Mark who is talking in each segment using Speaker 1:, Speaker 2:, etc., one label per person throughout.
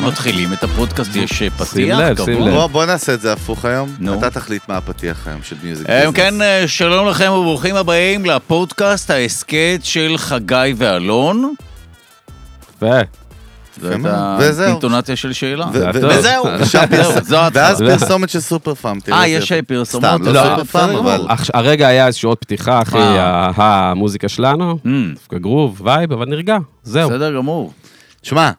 Speaker 1: בתחילת הפודקאסט יש אה, פתיח
Speaker 2: לב,
Speaker 1: קבוע.
Speaker 2: שים לב.
Speaker 3: בוא, בוא נעשה את זה הפוך היום.
Speaker 1: נו.
Speaker 3: אתה תחליט מה הפתיח היום של מיוזיק
Speaker 1: אה, אם כן, אה, שלום לכם וברוכים הבאים לפודקאסט ההסכת של חגי ואלון.
Speaker 2: יפה.
Speaker 1: זו
Speaker 3: יפה
Speaker 1: הייתה
Speaker 3: מאוד. כן, וזהו.
Speaker 1: אינטונציה של שאלה. אה,
Speaker 3: ו- ו-
Speaker 2: טוב.
Speaker 3: וזהו, ושם פרס-
Speaker 1: זהו, זו ההתחלה.
Speaker 3: ואז פרסומת של סופר פארם. תראה
Speaker 1: אה,
Speaker 3: את
Speaker 1: יש
Speaker 3: זה.
Speaker 1: פרסומות?
Speaker 3: סתם, לא
Speaker 2: לא,
Speaker 3: סופר
Speaker 1: בסדר
Speaker 3: פארם,
Speaker 1: גמור.
Speaker 3: אבל...
Speaker 2: אך- הרגע היה איזושהי עוד פתיחה אחרי
Speaker 1: אה.
Speaker 2: ה- המוזיקה שלנו.
Speaker 1: אמ,
Speaker 2: דווקא גרוב, וייב, אבל נרגע. זהו.
Speaker 1: בסדר גמור.
Speaker 3: שמע,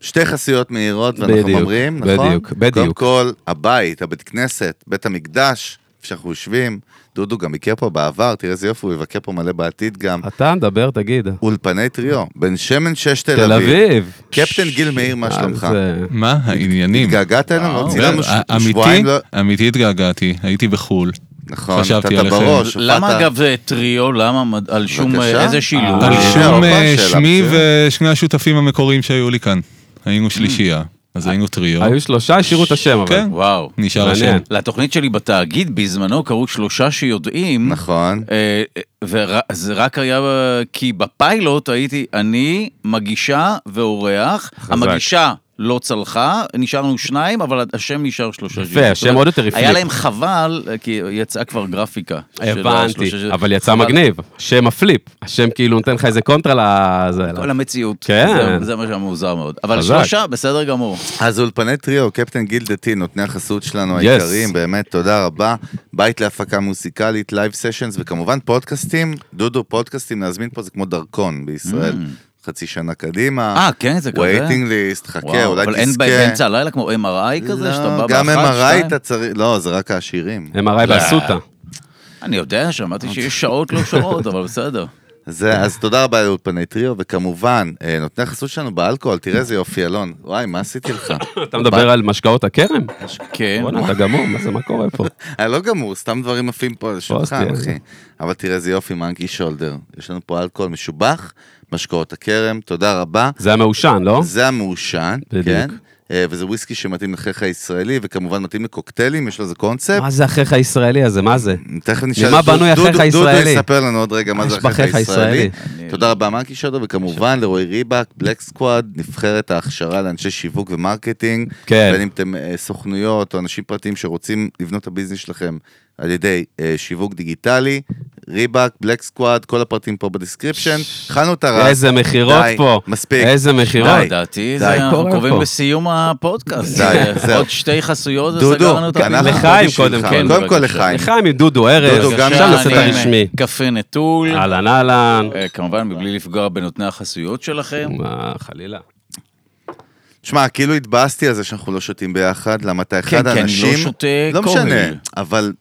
Speaker 3: שתי חסויות מהירות, ואנחנו
Speaker 2: בדיוק,
Speaker 3: אומרים, נכון?
Speaker 2: בדיוק, בדיוק.
Speaker 3: קודם כל, הבית, הבית כנסת, בית המקדש, איפה שאנחנו יושבים, דודו גם ביקר פה בעבר, תראה איזה יופי, הוא יבקר פה מלא בעתיד
Speaker 1: אה.
Speaker 3: גם.
Speaker 2: אתה מדבר, תגיד.
Speaker 3: אולפני טריו, בן שמן שש
Speaker 2: תל
Speaker 3: תל אביב.
Speaker 2: אביב.
Speaker 3: קפטן גיל מאיר, מה
Speaker 2: אז,
Speaker 3: שלומך?
Speaker 2: אה,
Speaker 4: מה העניינים?
Speaker 3: התגעגעת אלינו?
Speaker 1: וואו. אה,
Speaker 3: צילמנו ש-
Speaker 4: אמיתי,
Speaker 3: שבועיים לא...
Speaker 4: אמיתי התגעגעתי, הייתי בחו"ל.
Speaker 3: נכון,
Speaker 4: חשבתי
Speaker 3: נתת
Speaker 4: עליכם.
Speaker 3: בראש.
Speaker 1: למה
Speaker 3: הופעת-
Speaker 1: אגב זה טריו? למה? מד- על שום
Speaker 3: בבקשה?
Speaker 1: אה, איזה שילוב?
Speaker 2: אה,
Speaker 4: על
Speaker 2: אה,
Speaker 4: שום
Speaker 3: אופה,
Speaker 4: אה,
Speaker 3: שאלה
Speaker 4: שמי
Speaker 3: מצוינת.
Speaker 4: ושני השותפים המקוריים שהיו לי כאן. היינו שלישייה, אז היינו טריו.
Speaker 2: אה, היו שלושה, השאירו את השם, אבל.
Speaker 4: כן.
Speaker 1: וואו.
Speaker 4: נשאר השם.
Speaker 2: מעניין.
Speaker 1: לתוכנית שלי בתאגיד בזמנו קראו שלושה שיודעים.
Speaker 3: נכון.
Speaker 1: אה, וזה רק היה, אה, כי בפיילוט הייתי אני, מגישה ואורח. המגישה לא צלחה, נשארנו שניים, אבל השם נשאר שלושה
Speaker 2: יפה,
Speaker 1: שיודעים.
Speaker 2: השם
Speaker 1: זאת אומרת,
Speaker 2: עוד יותר הפליק.
Speaker 1: היה להם חבל, אה, כי יצאה כבר גרפיקה. של
Speaker 2: הבנתי,
Speaker 1: השלושה שיודעים.
Speaker 2: אבל יצא
Speaker 1: חבל.
Speaker 2: מגניב. שם הפליפ. השם כאילו נותן לך איזה קונטרה לזה.
Speaker 1: כל המציאות,
Speaker 2: כן.
Speaker 1: זה, זה מה שהיה מוזר מאוד. אבל
Speaker 2: חזק.
Speaker 1: שלושה, בסדר גמור.
Speaker 3: אז אולפני טריו, קפטן גיל דתי, נותני החסות שלנו
Speaker 2: Yes.
Speaker 3: היקרים, באמת, תודה רבה. בית להפקה מוסיקלית, לייב סשנס, וכמובן פודקאסטים. דודו, פודקאסטים להזמין פה זה כמו דרכון בישראל. חצי שנה קדימה.
Speaker 1: Mm. אה, כן, זה כזה?
Speaker 3: וייטינג ליסט, חכה,
Speaker 1: וואו,
Speaker 3: כן, אולי
Speaker 1: אבל
Speaker 3: תזכה.
Speaker 1: אין באמצע הלילה כמו MRI כזה, שאתה בא
Speaker 3: לא, גם
Speaker 1: באחת,
Speaker 3: MRI
Speaker 1: שתיים?
Speaker 3: אתה צריך, לא, זה רק העשירים.
Speaker 2: MRI באסותא.
Speaker 1: אני יודע, שמעתי שיש שעות לא שעות, אבל בסדר.
Speaker 3: זה, אז תודה רבה לאולפני טריו, וכמובן, אה, נותני החסות שלנו באלכוהול, תראה איזה יופי, אלון. וואי, מה עשיתי לך?
Speaker 2: אתה מדבר על משקאות הכרם?
Speaker 1: כן.
Speaker 2: בואנה, אתה גמור, מה זה, מה קורה פה?
Speaker 3: אה, לא גמור, סתם דברים עפים פה על השולחן,
Speaker 2: פוסטים.
Speaker 3: אחי. אבל תראה איזה יופי, מאנקי שולדר. יש לנו פה אלכוהול משובח, משקאות הכרם, תודה רבה.
Speaker 2: זה המעושן, לא?
Speaker 3: זה המעושן,
Speaker 2: בדיוק.
Speaker 3: כן? אה, וזה וויסקי שמתאים לחייך הישראלי, וכמובן מתאים לקוקטיילים, יש לו איזה קונספט.
Speaker 2: מה זה החייך הישראלי הזה? מה זה?
Speaker 3: תכף נשאל,
Speaker 2: ממה
Speaker 3: את דוד-
Speaker 2: בנוי
Speaker 3: דודו-
Speaker 2: החייך הישראלי?
Speaker 3: דודו יספר לנו עוד רגע מה
Speaker 2: יש
Speaker 3: זה החייך
Speaker 2: בחייך
Speaker 3: הישראלי.
Speaker 1: אני-
Speaker 3: תודה רבה, מאנקי שולדר, וכמובן לרועי ריבק, בלק סקוואד, נבחרת ההכשרה לאנשי שיווק ומרקטינג.
Speaker 2: כן.
Speaker 3: בין אם אתם אה, סוכנויות או אנשים פרטיים שרוצים לבנות את הביזנס שלכם על ידי אה, שיווק דיגיטלי, ריבק, בלק סקוואד, כל הפרטים פה בדיסקריפשן. הכנו את הרעש.
Speaker 2: איזה מכירות
Speaker 3: די,
Speaker 2: פה.
Speaker 3: מספיק.
Speaker 2: איזה מכירות.
Speaker 3: די.
Speaker 1: לדעתי,
Speaker 3: די,
Speaker 1: זה- אנחנו
Speaker 2: קורה
Speaker 1: קובעים
Speaker 2: פה.
Speaker 1: בסיום הפודקאסט.
Speaker 3: די,
Speaker 1: אה,
Speaker 3: זהו.
Speaker 1: עוד שתי חסויות
Speaker 3: דודו,
Speaker 1: וסגרנו את
Speaker 3: אנחנו
Speaker 1: הפינה.
Speaker 2: לחיים
Speaker 3: פה
Speaker 2: קודם
Speaker 3: בשבילך.
Speaker 2: כן,
Speaker 3: קודם
Speaker 1: בבקשה.
Speaker 3: כל לחיים.
Speaker 2: לחיים עם דודו ארז.
Speaker 3: דודו, גם
Speaker 2: עכשיו
Speaker 3: אני
Speaker 2: נעשה את
Speaker 3: אני-
Speaker 2: הרשמי.
Speaker 1: קפה נטול,
Speaker 2: אהלן אהלן.
Speaker 1: אה, כמובן מבלי לפגוע בנותני החסויות שלכם.
Speaker 2: מה, חלילה.
Speaker 3: שמע, כאילו התבאסתי על זה שאנחנו לא שותים ביחד, למה אתה אחד
Speaker 1: כן, כי אני לא
Speaker 3: האנשים...
Speaker 1: שותה
Speaker 3: לא
Speaker 1: כהל.
Speaker 3: משנה, אבל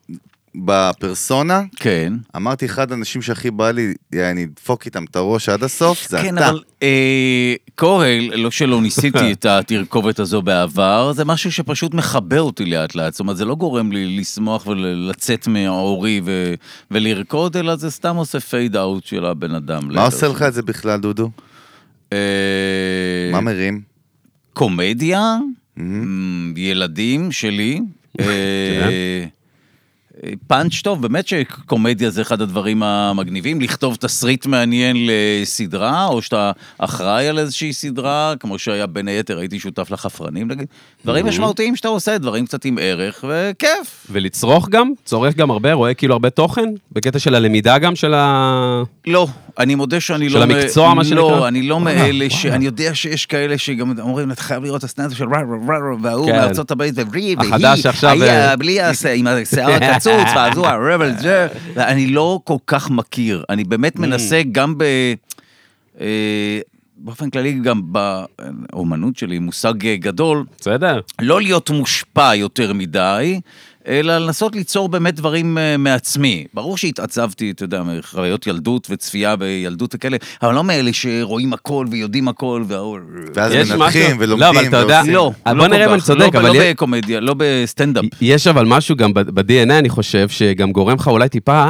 Speaker 3: בפרסונה,
Speaker 1: כן.
Speaker 3: אמרתי, אחד האנשים שהכי בא לי, יעני, לדפוק איתם את הראש עד הסוף, זה
Speaker 1: כן,
Speaker 3: אתה.
Speaker 1: אבל אה, כהל, לא שלא ניסיתי את התרכובת הזו בעבר, זה משהו שפשוט מכבה אותי לאט לאט. זאת אומרת, זה לא גורם לי לשמוח ולצאת מהעורי ו- ולרקוד, אלא זה סתם עושה פייד אאוט של הבן אדם.
Speaker 3: מה עושה לך את זה בכלל, דודו?
Speaker 1: אה,
Speaker 3: מה מרים?
Speaker 1: קומדיה, מ, ילדים שלי. אה, אה, פאנץ' טוב, באמת שקומדיה זה אחד הדברים המגניבים, לכתוב תסריט מעניין לסדרה, או שאתה אחראי על איזושהי סדרה, כמו שהיה בין היתר, הייתי שותף לחפרנים נגיד, דברים משמעותיים שאתה עושה, דברים קצת עם ערך, וכיף.
Speaker 2: ולצרוך גם? צורך גם הרבה? רואה כאילו הרבה תוכן? בקטע של הלמידה גם של ה...
Speaker 1: לא, אני מודה שאני
Speaker 2: של
Speaker 1: לא...
Speaker 2: המקצוע, מה
Speaker 1: לא,
Speaker 2: שנקרא? אה,
Speaker 1: אני לא
Speaker 2: וואלה,
Speaker 1: מאלה ש...
Speaker 2: וואלה.
Speaker 1: אני יודע שיש כאלה שגם אומרים, אתה חייב לראות את הסטנדאפ של רע רע רע רע, וההוא
Speaker 2: כן.
Speaker 1: מארצות הברית, ורי,
Speaker 2: החדש
Speaker 1: והיא,
Speaker 2: עכשיו,
Speaker 1: היה
Speaker 2: אה.
Speaker 1: בלי הש... עם השיער הקצוץ, והזו הרבל ג'ר, ואני לא כל כך מכיר. אני
Speaker 2: Mm.
Speaker 1: באמת מנסה גם ב... אה, באופן כללי, גם באומנות שלי, מושג אה, גדול,
Speaker 2: בסדר?
Speaker 1: לא להיות מושפע יותר מדי, אלא לנסות ליצור באמת דברים אה, מעצמי. ברור שהתעצבתי, אתה יודע, מחוויות ילדות וצפייה בילדות וכאלה, אבל לא מאלה שרואים הכל ויודעים הכל, והאור... אה,
Speaker 3: ואז
Speaker 2: יש
Speaker 3: מנתחים
Speaker 2: משהו-
Speaker 3: ולומדים
Speaker 2: לא, אבל אתה יודע-
Speaker 3: ועושים.
Speaker 1: לא,
Speaker 2: אה,
Speaker 1: לא
Speaker 2: בוא
Speaker 1: כל
Speaker 2: נראה אם
Speaker 1: כך.
Speaker 2: אני צודק,
Speaker 1: לא,
Speaker 2: אבל
Speaker 1: לא
Speaker 2: י-
Speaker 1: בקומדיה, לא בסטנדאפ.
Speaker 2: יש אבל משהו גם ב-DNA, אני חושב, שגם גורם לך אולי טיפה,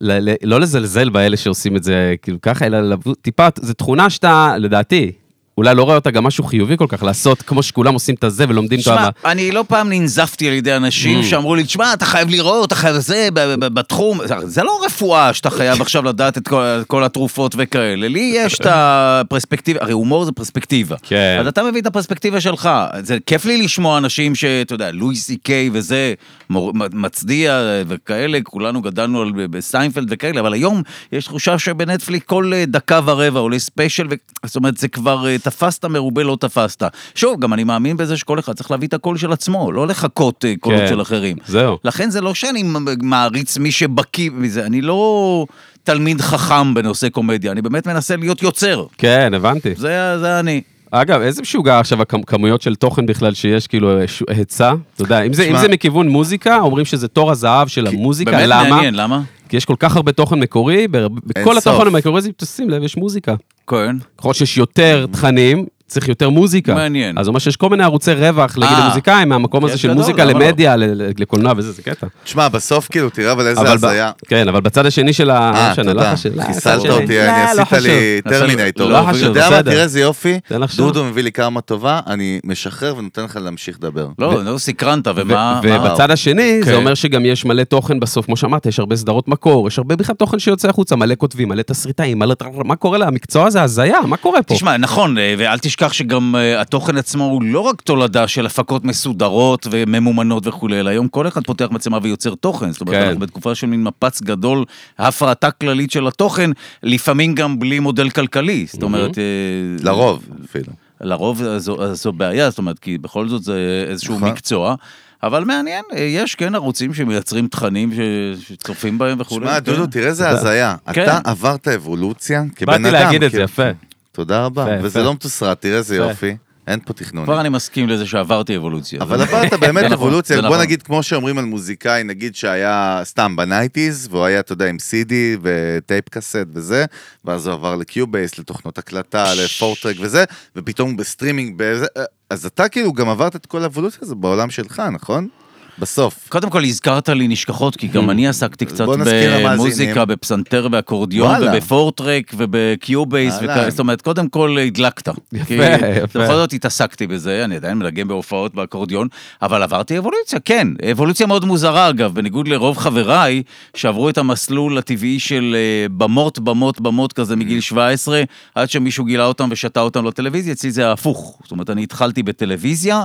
Speaker 2: ל- ל- לא לזלזל באלה שעושים את זה כאילו ככה, אלא לב- טיפה, זו תכונה שאתה, לדעתי, אולי לא רואה אותה גם משהו חיובי כל כך, לעשות כמו שכולם עושים את הזה ולומדים את
Speaker 1: תשמע,
Speaker 2: ה...
Speaker 1: אני לא פעם ננזפתי על ידי אנשים
Speaker 2: Mm.
Speaker 1: שאמרו לי, תשמע, אתה חייב לראות, אתה חייב זה, ב- ב- ב- בתחום. זה לא רפואה שאתה חייב עכשיו לדעת את כל- כל התרופות וכאלה. לי יש את הפרספקטיבה, הרי הומור זה פרספקטיבה.
Speaker 2: כן.
Speaker 1: אז אתה מביא את הפרספקטיבה שלך. זה כיף לי לשמוע אנשים שאתה יודע, לואי סי קיי וזה, מור- מ- מצדיע אה, וכאלה, כולנו גדלנו על- ב- בסיינפלד וכאלה, אבל היום יש תחושה שבנטפליקס כל אה, דקה ורבע עולה ספיישל, ו- זאת אומרת, זה כבר אה, תפסת מרובה לא תפסת. שוב, גם אני מאמין בזה שכל אחד צריך להביא את הקול של עצמו, לא לחכות אה, קולות
Speaker 2: כן.
Speaker 1: של אחרים.
Speaker 2: זהו.
Speaker 1: לכן זה לא שאני מ- מעריץ מי שבקיא מזה, אני לא תלמיד חכם בנושא קומדיה, אני באמת מנסה להיות יוצר.
Speaker 2: כן, הבנתי.
Speaker 1: זה, זה אני.
Speaker 2: אגב, איזה משוגע עכשיו הכמויות של תוכן בכלל שיש, כאילו, אה, ש- היצע? אתה יודע, אם זה,
Speaker 3: תשמע-
Speaker 2: אם זה מכיוון מוזיקה, אומרים שזה תור הזהב של המוזיקה,
Speaker 1: באמת
Speaker 2: למה?
Speaker 1: מעניין, למה?
Speaker 2: כי יש כל כך הרבה תוכן מקורי, בר- בכל
Speaker 3: סוף.
Speaker 2: התוכן המקורי הזה, תשים לב, יש מוזיקה.
Speaker 1: כהן.
Speaker 2: ככל שיש יותר תכנים, צריך יותר מוזיקה.
Speaker 1: Mm-hmm. מעניין.
Speaker 2: כן. אז זה אומר שיש כל מיני ערוצי רווח, נגיד
Speaker 1: אה.
Speaker 2: למוזיקאים, מהמקום הזה
Speaker 1: יש
Speaker 2: של
Speaker 1: גדול,
Speaker 2: מוזיקה
Speaker 1: למה לא?
Speaker 2: למדיה, ל- ל- לקולנוע וזה, זה קטע.
Speaker 3: תשמע, בסוף כאילו, תראה אבל איזה
Speaker 2: אה. אבל ב-
Speaker 3: הזיה.
Speaker 2: כן, אבל בצד השני של ה...
Speaker 3: אה,
Speaker 2: לא משנה, לא
Speaker 3: תודה.
Speaker 2: חשוב. לא,
Speaker 3: חיסלת
Speaker 2: הצד
Speaker 3: אותי,
Speaker 2: שלי.
Speaker 3: אני
Speaker 2: לא, לא
Speaker 3: עשית לי
Speaker 2: חשוב.
Speaker 3: טרמינטור.
Speaker 2: לא חשוב,
Speaker 3: יודע מה,
Speaker 2: בסדר.
Speaker 3: תראה איזה יופי.
Speaker 2: תן לחשוב.
Speaker 3: דודו מביא לי כמה טובה, אני משחרר ונותן לך להמשיך לדבר.
Speaker 1: לא, לא סקרנת, ומה...
Speaker 2: ו-
Speaker 1: מה-
Speaker 2: ובצד השני,
Speaker 1: כן.
Speaker 2: זה אומר שגם יש מלא תוכן בסוף, כמו שאמרת, יש הרבה סדרות מקור, יש הרבה בכלל תוכן שיוצא החוצה, מלא כותבים, מלא תסריטאים, מלא... מה קורה לה? המקצוע הזה הזיה, מה קורה פה?
Speaker 1: תשמע, נכון, אה, ואל תשכח שגם אה, התוכן עצמו הוא לא רק תולדה של הפקות מסודרות וממומנות וכולי, אלא היום כל אחד פותח מצלמה ויוצר תוכן. זאת אומרת,
Speaker 2: כן.
Speaker 1: אנחנו בתקופה של מין מפץ גדול, הפרטה כללית של התוכן, לפעמים גם בלי מודל כלכלי. זאת אומרת... אה,
Speaker 3: לרוב אפילו.
Speaker 1: לרוב זו, זו בעיה, זאת אומרת, כי בכל זאת זה איזשהו
Speaker 3: נכון.
Speaker 1: מקצוע. אבל מעניין, אה, יש כן ערוצים שמייצרים תכנים ש... שצופים בהם וכולי.
Speaker 3: שמע,
Speaker 1: כן.
Speaker 3: דודו, תראה איזה הזיה.
Speaker 1: כן.
Speaker 3: אתה עברת אבולוציה כבן אדם.
Speaker 2: באתי להגיד את זה,
Speaker 3: כאילו.
Speaker 2: יפה.
Speaker 3: תודה רבה.
Speaker 2: יפה,
Speaker 3: וזה
Speaker 2: יפה.
Speaker 3: לא מתוסרט, תראה איזה
Speaker 2: יפה.
Speaker 3: יופי. אין פה תכנון.
Speaker 1: כבר אני מסכים לזה שעברתי אבולוציה.
Speaker 3: אבל
Speaker 1: זה-
Speaker 3: עברת
Speaker 1: כן. זה
Speaker 3: באמת
Speaker 1: נכון,
Speaker 3: אבולוציה,
Speaker 1: זה
Speaker 3: בוא
Speaker 1: נכון.
Speaker 3: נגיד כמו שאומרים על מוזיקאי, נגיד שהיה סתם בנייטיז, והוא היה, אתה יודע, עם CD וטייפ קסט וזה, ואז הוא עבר לקיובייס, לתוכנות הקלטה, לפורטרק וזה, ופתאום הוא בסטרימינג, בזה- אז אתה כאילו גם עברת את כל האבולוציה הזו בעולם שלך, נכון? בסוף.
Speaker 1: קודם כל הזכרת לי נשכחות, כי גם אני עסקתי קצת
Speaker 3: Hmm. בוא נזכיר למאזינים.
Speaker 1: במוזיקה, בפסנתר ואקורדיון,
Speaker 3: וואלה.
Speaker 1: ובפורטרק ובקיובייס,
Speaker 3: אהלן.
Speaker 1: וכאלה. זאת אומרת, קודם כל הדלקת. כאילו, כי
Speaker 2: יפה.
Speaker 1: בכל זאת התעסקתי בזה, אני עדיין מנגן בהופעות באקורדיון, אבל עברתי אבולוציה, כן. אבולוציה מאוד מוזרה, אגב, בניגוד לרוב חבריי, שעברו את המסלול הטבעי של אה, במות, במות, במות כזה מגיל 17, עד שמישהו גילה אותם ושתה אותם לטלוויזיה, אצלי זה ההפוך. זאת אומרת, אני התחלתי בטלוויזיה,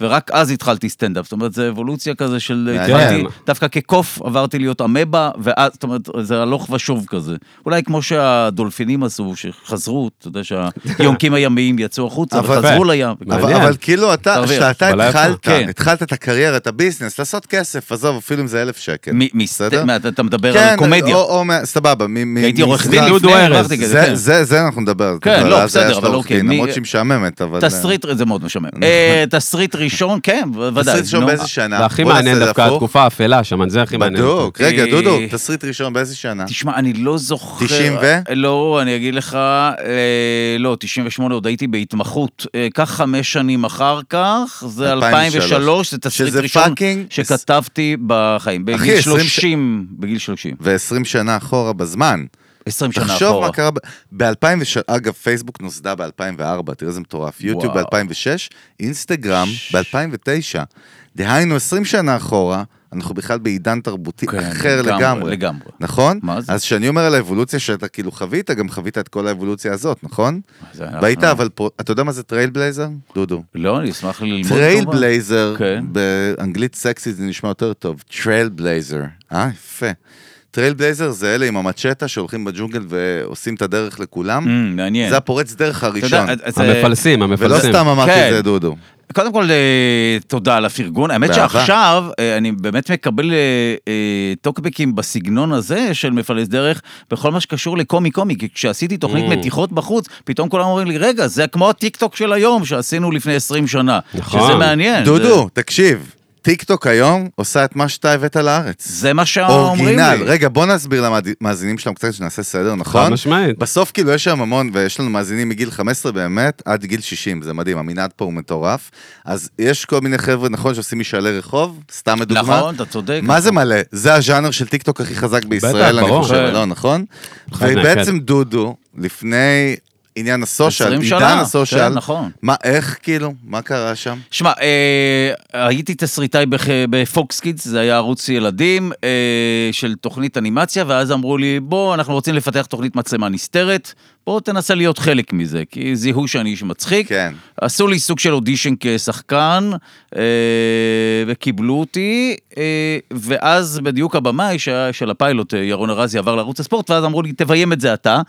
Speaker 1: ורק אז התחלתי סטנדאפ. זאת אומרת, זו אבולוציה כזה של... אה, התחלתי, דווקא כקוף עברתי להיות אמבה, ואז, זאת אומרת, זה הלוך ושוב כזה. אולי כמו שהדולפינים עשו, שחזרו, אתה יודע שהיונקים הימיים יצאו החוצה
Speaker 3: אבל-
Speaker 1: וחזרו לים.
Speaker 3: אבל,
Speaker 2: מעניין.
Speaker 3: אבל כאילו אתה,
Speaker 1: תרוויח.
Speaker 3: כשאתה
Speaker 2: אבל ההפך.
Speaker 3: התחלת,
Speaker 1: כן.
Speaker 3: התחלת את הקריירה, את הביזנס, לעשות כסף, עזוב, אפילו אם זה אלף שקל.
Speaker 1: מ- מסט-
Speaker 3: בסדר? כן, לא,
Speaker 1: מה, אתה- אתה מדבר על קומדיה.
Speaker 3: או, או, מה- סבבה, מ- מ-
Speaker 1: הייתי עורך
Speaker 3: משרד-
Speaker 1: דין
Speaker 2: דודו
Speaker 1: לפני,
Speaker 2: ארז.
Speaker 1: עברתי כזה,
Speaker 3: זה,
Speaker 1: כן.
Speaker 3: זה, זה אנחנו נדבר.
Speaker 1: כן,
Speaker 3: אתה
Speaker 1: לא,
Speaker 3: יודע, על
Speaker 1: בסדר,
Speaker 3: הזיה של
Speaker 1: אבל
Speaker 3: העורך
Speaker 1: אוקיי,
Speaker 3: דין,
Speaker 1: מי-
Speaker 3: למרות שהיא משעממת, אבל... נכון.
Speaker 1: תסריט, זה מאוד משעמם. אה, תסריט ראשון, כן, ודאי.
Speaker 3: תסריט ראשון
Speaker 1: נו.
Speaker 3: באיזה שנה?
Speaker 2: זה הכי
Speaker 3: בוא
Speaker 2: מעניין
Speaker 3: נעשה את
Speaker 2: דווקא,
Speaker 3: הפוך.
Speaker 2: התקופה האפלה שם, זה הכי מעניין. אותי.
Speaker 3: בדוק. רגע,
Speaker 1: אה,
Speaker 3: דודו, תסריט ראשון באיזה שנה?
Speaker 1: תשמע, אני לא זוכר.
Speaker 3: 90 ו?
Speaker 1: לא, אני אגיד לך, אה, לא, 98 עוד הייתי בהתמחות. אה, קח חמש שנים אחר כך, זה
Speaker 3: 2003,
Speaker 1: 2003, זה תסריט
Speaker 3: שזה
Speaker 1: ראשון
Speaker 3: פאקינג-
Speaker 1: שכתבתי בחיים.
Speaker 3: אחי,
Speaker 1: בגיל
Speaker 3: 20 ש-
Speaker 1: 30, בגיל 30,
Speaker 3: ו-20 שנה אחורה בזמן.
Speaker 1: 20 שנה
Speaker 3: תחשוב
Speaker 1: אחורה.
Speaker 3: מה קרה ב-2003, אגב, פייסבוק נוסדה ב-2004, תראה איזה מטורף, יוטיוב
Speaker 1: וואו.
Speaker 3: ב-2006, אינסטגרם ב-2009. דהיינו, 20 שנה אחורה, אנחנו בכלל בעידן תרבותי
Speaker 1: כן,
Speaker 3: אחר
Speaker 1: לגמרי,
Speaker 3: לגמרי.
Speaker 1: לגמרי.
Speaker 3: נכון?
Speaker 1: מה זה?
Speaker 3: אז כשאני אומר על האבולוציה שאתה כאילו חווית, גם חווית את כל האבולוציה הזאת, נכון?
Speaker 1: זה אנחנו-
Speaker 3: והיית אבל פה, אתה יודע מה זה טרייל בלייזר? דודו.
Speaker 1: לא, אני אשמח ללמוד.
Speaker 3: טרייל
Speaker 1: כמובן.
Speaker 3: בלייזר,
Speaker 1: כן.
Speaker 3: באנגלית סקסית זה נשמע יותר טוב, טרייל בלייזר, אה יפה. טרייל בלייזר זה אלה עם המצ'טה שהולכים בג'ונגל ועושים את הדרך לכולם,
Speaker 1: אמ, מעניין.
Speaker 3: זה הפורץ דרך
Speaker 1: אתה יודע,
Speaker 3: הראשון,
Speaker 1: אז, אה,
Speaker 2: המפלסים,
Speaker 3: ולא
Speaker 2: המפלסים.
Speaker 3: סתם אמרתי
Speaker 1: כן.
Speaker 3: את זה דודו.
Speaker 1: קודם כל, אה, תודה על הפרגון. האמת
Speaker 3: באהבה.
Speaker 1: שעכשיו, אה, אני באמת מקבל אה, אה, טוקבקים בסגנון הזה של מפלס דרך, בכל מה שקשור לקומי קומי, כי כשעשיתי תוכנית
Speaker 2: Mm.
Speaker 1: מתיחות בחוץ, פתאום כולם אומרים לי, רגע, זה כמו הטיקטוק של היום שעשינו לפני 20 שנה.
Speaker 2: נכון.
Speaker 1: שזה מעניין. כן, זה-
Speaker 3: דודו, תקשיב, טיק טוק היום עושה את מה שאתה הבאת לארץ.
Speaker 1: זה מה שאומרים
Speaker 3: אורגינל,
Speaker 1: לי.
Speaker 3: רגע בוא נסביר למאזינים שלנו קצת שנעשה סדר, נכון?
Speaker 2: משמעית.
Speaker 3: בסוף כאילו יש שם המון, ויש לנו מאזינים מגיל 15 באמת, עד גיל 60, זה מדהים, המנעד פה הוא מטורף. אז יש כל מיני חבר'ה, נכון, שעושים משאלי רחוב, סתם לדוגמה.
Speaker 1: נכון, אתה צודק.
Speaker 3: מה זה מלא? זה הז'אנר של טיקטוק הכי חזק בישראל, אני לא,
Speaker 2: ברור.
Speaker 3: חושב,
Speaker 1: כן.
Speaker 3: לא, נכון?
Speaker 2: חד
Speaker 3: ובעצם דודו, לפני עניין הסושיאל,
Speaker 1: 20
Speaker 3: עידן
Speaker 1: שנה,
Speaker 3: הסושיאל.
Speaker 1: כן, נכון.
Speaker 3: מה, איך, כאילו, מה קרה שם?
Speaker 1: שמע, אה, הייתי תסריטאי בח- בפוקס קידס, זה היה ערוץ ילדים אה, של תוכנית אנימציה, ואז אמרו לי, בוא, אנחנו רוצים לפתח תוכנית מצלמה נסתרת, בוא תנסה להיות חלק מזה, כי זיהו שאני איש מצחיק.
Speaker 3: כן.
Speaker 1: עשו לי סוג של אודישן כשחקן, אה, וקיבלו אותי, אה, ואז בדיוק הבמאי שה- של הפיילוט, אה, ירון ארזי, עבר לערוץ הספורט, ואז אמרו לי, תביים את זה אתה.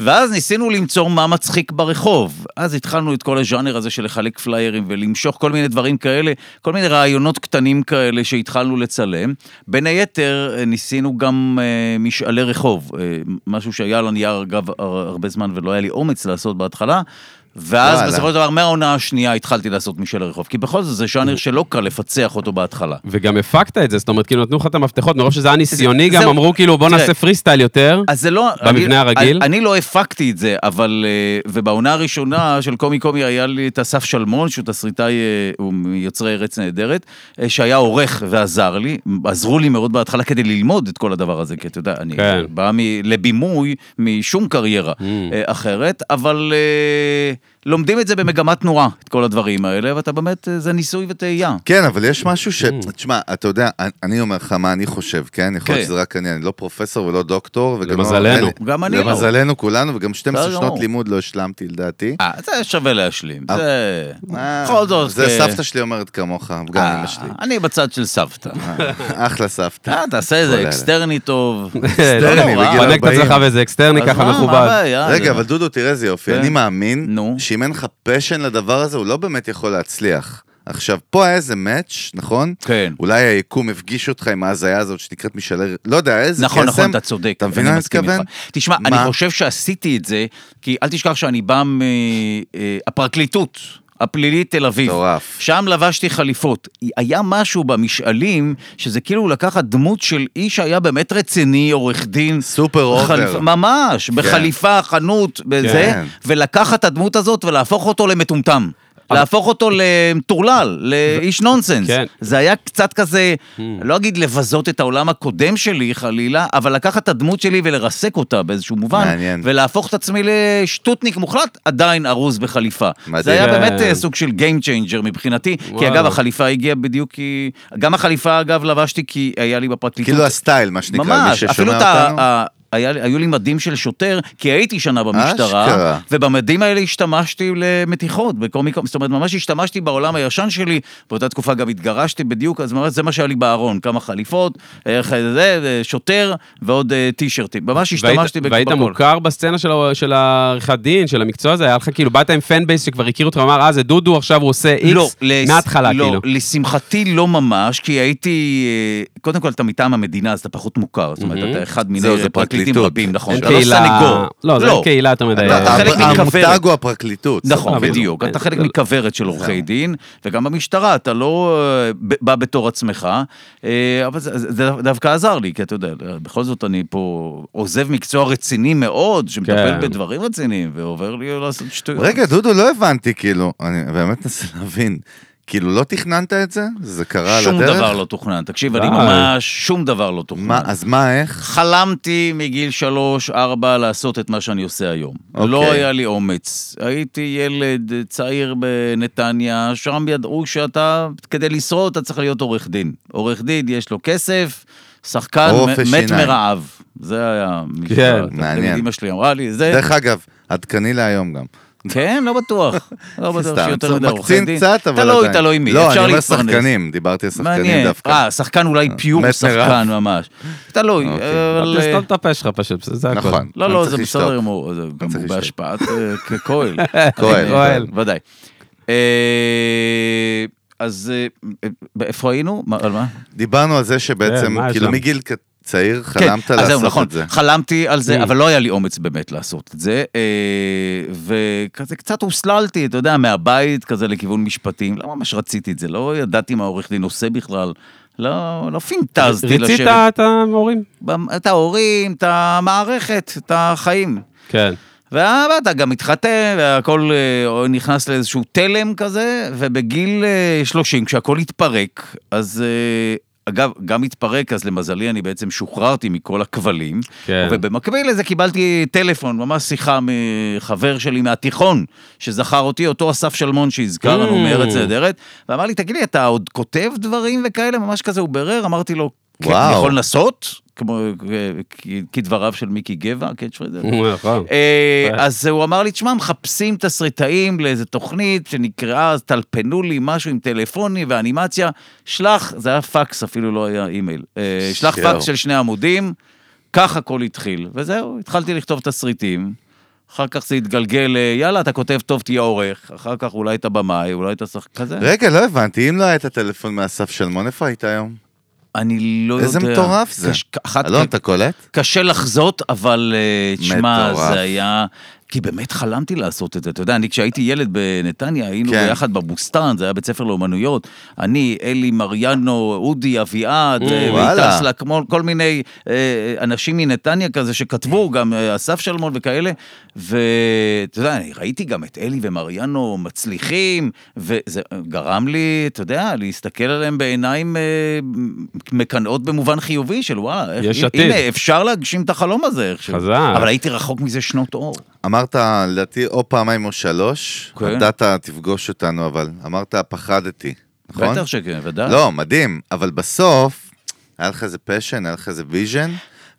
Speaker 1: ואז ניסינו למצוא מה מצחיק ברחוב. אז התחלנו את כל הז'אנר הזה של לחלק פליירים ולמשוך כל מיני דברים כאלה, כל מיני רעיונות קטנים כאלה שהתחלנו לצלם. בין היתר, אה, ניסינו גם אה, משאלי רחוב, אה, משהו שהיה על הנייר, אגב, הר- הרבה זמן ולא היה לי אומץ לעשות בהתחלה. ואז
Speaker 3: וואלה.
Speaker 1: בסופו של דבר, מהעונה השנייה התחלתי לעשות משל הרחוב, כי בכל זאת זה ז'אנר
Speaker 2: Mm.
Speaker 1: שלא קל לפצח אותו בהתחלה.
Speaker 2: וגם הפקת את זה, זאת אומרת, כאילו נתנו לך את המפתחות, מרוב שזה היה ניסיוני,
Speaker 1: זה-
Speaker 2: גם אמרו כאילו בוא
Speaker 1: תראה,
Speaker 2: נעשה פרי סטייל יותר.
Speaker 1: אז זה לא...
Speaker 2: במבנה
Speaker 1: אני-
Speaker 2: הרגיל?
Speaker 1: אני, אני לא הפקתי את זה, אבל... אה, ובעונה הראשונה של קומי קומי היה לי את אסף שלמון, שהוא תסריטאי, אה, הוא מיוצרי ארץ נהדרת, אה, שהיה עורך ועזר לי, עזרו לי מאוד בהתחלה כדי ללמוד את כל הדבר הזה, כי אתה יודע, אני
Speaker 2: כן. Mm.
Speaker 1: בא מ- לבימוי משום קריירה
Speaker 2: Hmm.
Speaker 1: אה, אחרת, אבל אה, לומדים את זה במגמת תנועה, את כל הדברים האלה, ואתה באמת, אה, זה ניסוי וטעייה.
Speaker 3: כן, אבל יש משהו ש... תשמע, אתה יודע, אני- אני אומר לך מה אני חושב, כן? יכול להיות
Speaker 1: Mm. כן.
Speaker 3: שזה רק אני, אני לא פרופסור ולא דוקטור. וגם לא-
Speaker 2: למזלנו.
Speaker 3: אין לי-
Speaker 1: גם אני לא.
Speaker 3: למזלנו כולנו, וגם 12
Speaker 1: בסדר
Speaker 3: שנות
Speaker 1: גמור.
Speaker 3: לימוד לא השלמתי, לדעתי.
Speaker 1: אה, זה שווה להשלים, זה...
Speaker 3: אה,
Speaker 1: בכל זאת...
Speaker 3: זה
Speaker 1: אה,
Speaker 3: סבתא שלי אומרת כמוך, גם אמא שלי.
Speaker 1: אה, אני בצד של סבתא.
Speaker 3: אה, אחלה סבתא.
Speaker 1: אה, תעשה איזה
Speaker 3: כל אלה.
Speaker 1: אקסטרני טוב.
Speaker 2: לא
Speaker 3: אקסטרני,
Speaker 2: נורא.
Speaker 3: בגיל
Speaker 2: בנק את
Speaker 3: 40.
Speaker 2: עצמך באיזה אקסטרני
Speaker 1: אז
Speaker 2: ככה
Speaker 1: מה, מה
Speaker 2: מכובד.
Speaker 1: הבעיה?
Speaker 3: רגע,
Speaker 1: אה, זה- לא-
Speaker 3: אבל דודו, תראה איזה יופי.
Speaker 1: כן.
Speaker 3: אני מאמין
Speaker 1: נו.
Speaker 3: שאם אין לך פשן לדבר הזה, הוא לא באמת יכול להצליח. עכשיו, פה היה איזה מאץ', נכון?
Speaker 1: כן.
Speaker 3: אולי היקום הפגיש אותך עם ההזיה הזאת שנקראת משאלי... לא יודע, איזה
Speaker 1: נכון,
Speaker 3: קסם.
Speaker 1: נכון, אתה צודק.
Speaker 3: אתה מבין
Speaker 1: אני
Speaker 3: מה אני
Speaker 1: מסכים
Speaker 3: מתכוון?
Speaker 1: איתך. תשמע,
Speaker 3: מה?
Speaker 1: אני חושב שעשיתי את זה, כי אל תשכח שאני בא מהפרקליטות. הפלילית תל אביב.
Speaker 3: מטורף.
Speaker 1: שם לבשתי חליפות. היה משהו במשאלים, שזה כאילו לקחת דמות של איש שהיה באמת רציני, עורך דין.
Speaker 3: סופר אובר.
Speaker 1: בחליפ- ממש, בחליפה, חנות, בזה,
Speaker 3: כן.
Speaker 1: ולקחת את הדמות הזאת ולהפוך אותו למטומטם. להפוך אותו למטורלל, לאיש נונסנס.
Speaker 2: כן.
Speaker 1: זה היה קצת כזה,
Speaker 3: Hmm.
Speaker 1: לא אגיד לבזות את העולם הקודם שלי חלילה, אבל לקחת את הדמות שלי ולרסק אותה באיזשהו מובן,
Speaker 3: מעניין.
Speaker 1: ולהפוך את עצמי לשטוטניק מוחלט, עדיין ארוז בחליפה.
Speaker 3: מדהים.
Speaker 1: זה היה
Speaker 2: כן.
Speaker 1: באמת אה, סוג של Game Changer מבחינתי,
Speaker 2: וואו.
Speaker 1: כי אגב החליפה הגיעה בדיוק כי... גם החליפה אגב לבשתי כי היה לי בפרקליטות.
Speaker 3: כאילו הסטייל, מה שנקרא, מי
Speaker 1: ממש, אפילו את
Speaker 3: ששומע
Speaker 1: ה...
Speaker 3: אותנו.
Speaker 1: ה- היה, לי- היו לי מדים של שוטר, כי הייתי שנה במשטרה,
Speaker 3: אשכרה.
Speaker 1: ובמדים האלה השתמשתי למתיחות, בקומיקום, זאת אומרת, ממש השתמשתי בעולם הישן שלי, באותה תקופה גם התגרשתי בדיוק, אז ממש זה מה שהיה לי בארון, כמה חליפות, איך זה, אה, שוטר ועוד אה, טישרטים, ממש
Speaker 2: והיית-
Speaker 1: השתמשתי בכ-
Speaker 2: והיית מוכר בסצנה של ה- של העריכת דין, של המקצוע הזה, היה לך כאילו, באת עם פן בייס שכבר הכיר אותך, אמר, אה, זה דודו, עכשיו הוא עושה
Speaker 1: לא,
Speaker 2: איקס,
Speaker 1: לס-
Speaker 2: מההתחלה
Speaker 1: לא,
Speaker 2: כאילו.
Speaker 1: לשמחתי לא ממש, כי הייתי, אה, קודם כל אתה מטעם המדינה, אז אתה פחות מוכר, זאת אומרת,
Speaker 2: מהמם.
Speaker 1: אתה אחד
Speaker 3: זהו,
Speaker 1: מיני
Speaker 3: זה
Speaker 1: פרקליטים
Speaker 3: פרקליטות.
Speaker 1: רבים, נכון,
Speaker 2: אין
Speaker 1: אתה לא
Speaker 2: קהילה,
Speaker 1: סנגור.
Speaker 2: לא, זה אין קהילה יותר מדי.
Speaker 1: אתה
Speaker 3: הפ-
Speaker 1: חלק מכוורת.
Speaker 3: אה, המותג הוא הפרקליטות.
Speaker 1: נכון,
Speaker 3: סבבה.
Speaker 1: בדיוק.
Speaker 2: אה,
Speaker 1: אתה חלק
Speaker 2: זה-
Speaker 1: מכוורת של עורכי דין, וגם במשטרה, אתה לא אה, ב- בא בתור עצמך, אה, אבל זה- זה זה דווקא עזר לי, כי אתה יודע, בכל זאת אני פה עוזב מקצוע רציני מאוד, שמטפל
Speaker 2: כן.
Speaker 1: בדברים רציניים, ועובר לי לעשות שטויות.
Speaker 3: רגע, דודו, לא הבנתי, כאילו, אני באמת מנסה להבין. כאילו, לא תכננת את זה? זה קרה על
Speaker 1: שום
Speaker 3: הדרך?
Speaker 1: דבר לא תוכנן. תקשיב, אני
Speaker 2: די.
Speaker 1: ממש, שום דבר לא תוכנן.
Speaker 3: מה, אז מה, איך?
Speaker 1: חלמתי מגיל שלוש, ארבע לעשות את מה שאני עושה היום.
Speaker 3: אוקיי.
Speaker 1: לא היה לי אומץ. הייתי ילד אה, צעיר בנתניה, שם ידעו שאתה, כדי לשרוד אתה צריך להיות עורך דין. עורך דין, יש לו כסף, שחקן
Speaker 3: רופא
Speaker 1: מ- מת
Speaker 3: שיניים.
Speaker 1: מרעב. זה היה... מי
Speaker 2: כן,
Speaker 1: ש-
Speaker 3: מעניין.
Speaker 1: תמיד אמא שלי אמרה לי, זה...
Speaker 3: דרך אגב, עדכני להיום גם.
Speaker 1: כן, לא בטוח. לא בטוח
Speaker 3: סתם,
Speaker 1: שיותר מדי עורכי
Speaker 3: מקצין
Speaker 1: דין.
Speaker 3: קצת, אבל עדיין.
Speaker 1: תלוי, תלוי מי,
Speaker 3: לא,
Speaker 1: אפשר
Speaker 3: אני אומר
Speaker 1: להתפרנס.
Speaker 3: שחקנים, דיברתי על שחקנים
Speaker 1: מעניין.
Speaker 3: דווקא.
Speaker 1: אה, שחקן אולי פיור הוא
Speaker 3: מת מרעב.
Speaker 1: שחקן ממש. תלוי.
Speaker 3: אוקיי.
Speaker 1: אבל,
Speaker 2: אתה
Speaker 1: אה,
Speaker 2: סתם תפה שלך פשוט, זה הכול.
Speaker 3: נכון.
Speaker 1: לא,
Speaker 3: אני
Speaker 1: לא,
Speaker 3: צריך
Speaker 1: זה
Speaker 3: לשתוק.
Speaker 1: בסדר גמור, זה גם
Speaker 3: צריך
Speaker 1: הוא
Speaker 3: לשתוק.
Speaker 1: בהשפעת אה, כ- כהל.
Speaker 3: כהל.
Speaker 2: כהל.
Speaker 1: ודאי. אה, אז אה, אה, איפה היינו? מה- על מה?
Speaker 3: דיברנו על זה שבעצם,
Speaker 2: אה, מה יש
Speaker 3: כאילו,
Speaker 2: שם?
Speaker 3: מגיל כ- צעיר חלמת
Speaker 1: כן, אז זהו,
Speaker 3: לעשות
Speaker 1: נכון,
Speaker 3: את זה.
Speaker 1: חלמתי על
Speaker 2: Mm.
Speaker 1: זה, אבל לא היה לי אומץ באמת לעשות את זה, אה, וכזה קצת הוסללתי, אתה יודע, מהבית כזה לכיוון משפטים, לא ממש רציתי את זה, לא ידעתי מה עורך דין עושה בכלל, לא לא פינטזתי
Speaker 2: רצית
Speaker 1: לשבת.
Speaker 2: את המורים?
Speaker 1: במ- את ההורים, את המערכת, את החיים.
Speaker 2: כן.
Speaker 1: ואתה גם מתחתן, והכל אה, נכנס לאיזשהו תלם כזה, ובגיל אה, 30, כשהכל התפרק, אז אה, אגב, גם התפרק, אז למזלי אני בעצם שוחררתי מכל הכבלים.
Speaker 2: כן.
Speaker 1: ובמקביל לזה קיבלתי טלפון, ממש שיחה מחבר שלי מהתיכון, שזכר אותי, אותו אסף שלמון שהזכרנו
Speaker 2: Mm.
Speaker 1: מארץ נהדרת, ואמר לי, תגיד לי, אתה עוד כותב דברים וכאלה? ממש כזה, הוא בירר, אמרתי לו, "כן, אני
Speaker 3: וואו.
Speaker 1: יכול לנסות? כמו אה, כ- כדבריו של מיקי גבע, קאץ' פרידר.
Speaker 2: נכון.
Speaker 1: אה,
Speaker 2: כן.
Speaker 1: אז הוא אמר לי, תשמע, מחפשים תסריטאים לאיזה תוכנית שנקראה, אז טלפנו לי משהו עם טלפוני ואנימציה, שלח, זה היה פקס, אפילו לא היה אימייל, אה, שלח
Speaker 3: יואו.
Speaker 1: פקס של שני עמודים, כך הכל התחיל, וזהו, התחלתי לכתוב תסריטים. אחר כך זה התגלגל, אה, יאללה, אתה כותב טוב, תהיה עורך, אחר כך אולי אתה במאי, אולי אתה שחק כזה.
Speaker 3: רגע, לא הבנתי, אם לא היה את הטלפון מאסף שלמון, איפה היית היום?
Speaker 1: אני לא יודע.
Speaker 3: איזה מטורף זה.
Speaker 1: קש- אחת-
Speaker 3: אלון, אתה קולט?
Speaker 1: קשה לחזות, אבל אה, תשמע,
Speaker 3: מטורף.
Speaker 1: זה היה... כי באמת חלמתי לעשות את זה. אתה יודע, אני כשהייתי ילד בנתניה, היינו
Speaker 3: כן.
Speaker 1: ביחד בבוסתן, זה היה בית ספר לאומנויות. אני, אלי, מריאנו, אודי, אביעד,
Speaker 2: או,
Speaker 1: אה,
Speaker 3: וואלה.
Speaker 1: מיטל סלקמון, כל מיני אה, אנשים מנתניה כזה שכתבו, גם אה, אסף שלמון וכאלה. ואתה יודע, אני ראיתי גם את אלי ומריאנו מצליחים, וזה גרם לי, אתה יודע, להסתכל עליהם בעיניים אה, מקנאות במובן חיובי, של וואלה, איך-
Speaker 2: יש
Speaker 1: הנה,
Speaker 2: עתיד.
Speaker 1: אפשר להגשים את החלום הזה איכשהו.
Speaker 2: חזק.
Speaker 1: אבל הייתי רחוק מזה שנות אור.
Speaker 3: אמרת, לדעתי, או פעמיים או שלוש,
Speaker 1: כן.
Speaker 3: ידעת, תפגוש אותנו, אבל אמרת, פחדתי, נכון?
Speaker 1: בטח שכן, ודאי.
Speaker 3: לא, מדהים, אבל בסוף, היה לך איזה פשן, היה לך איזה ויז'ן,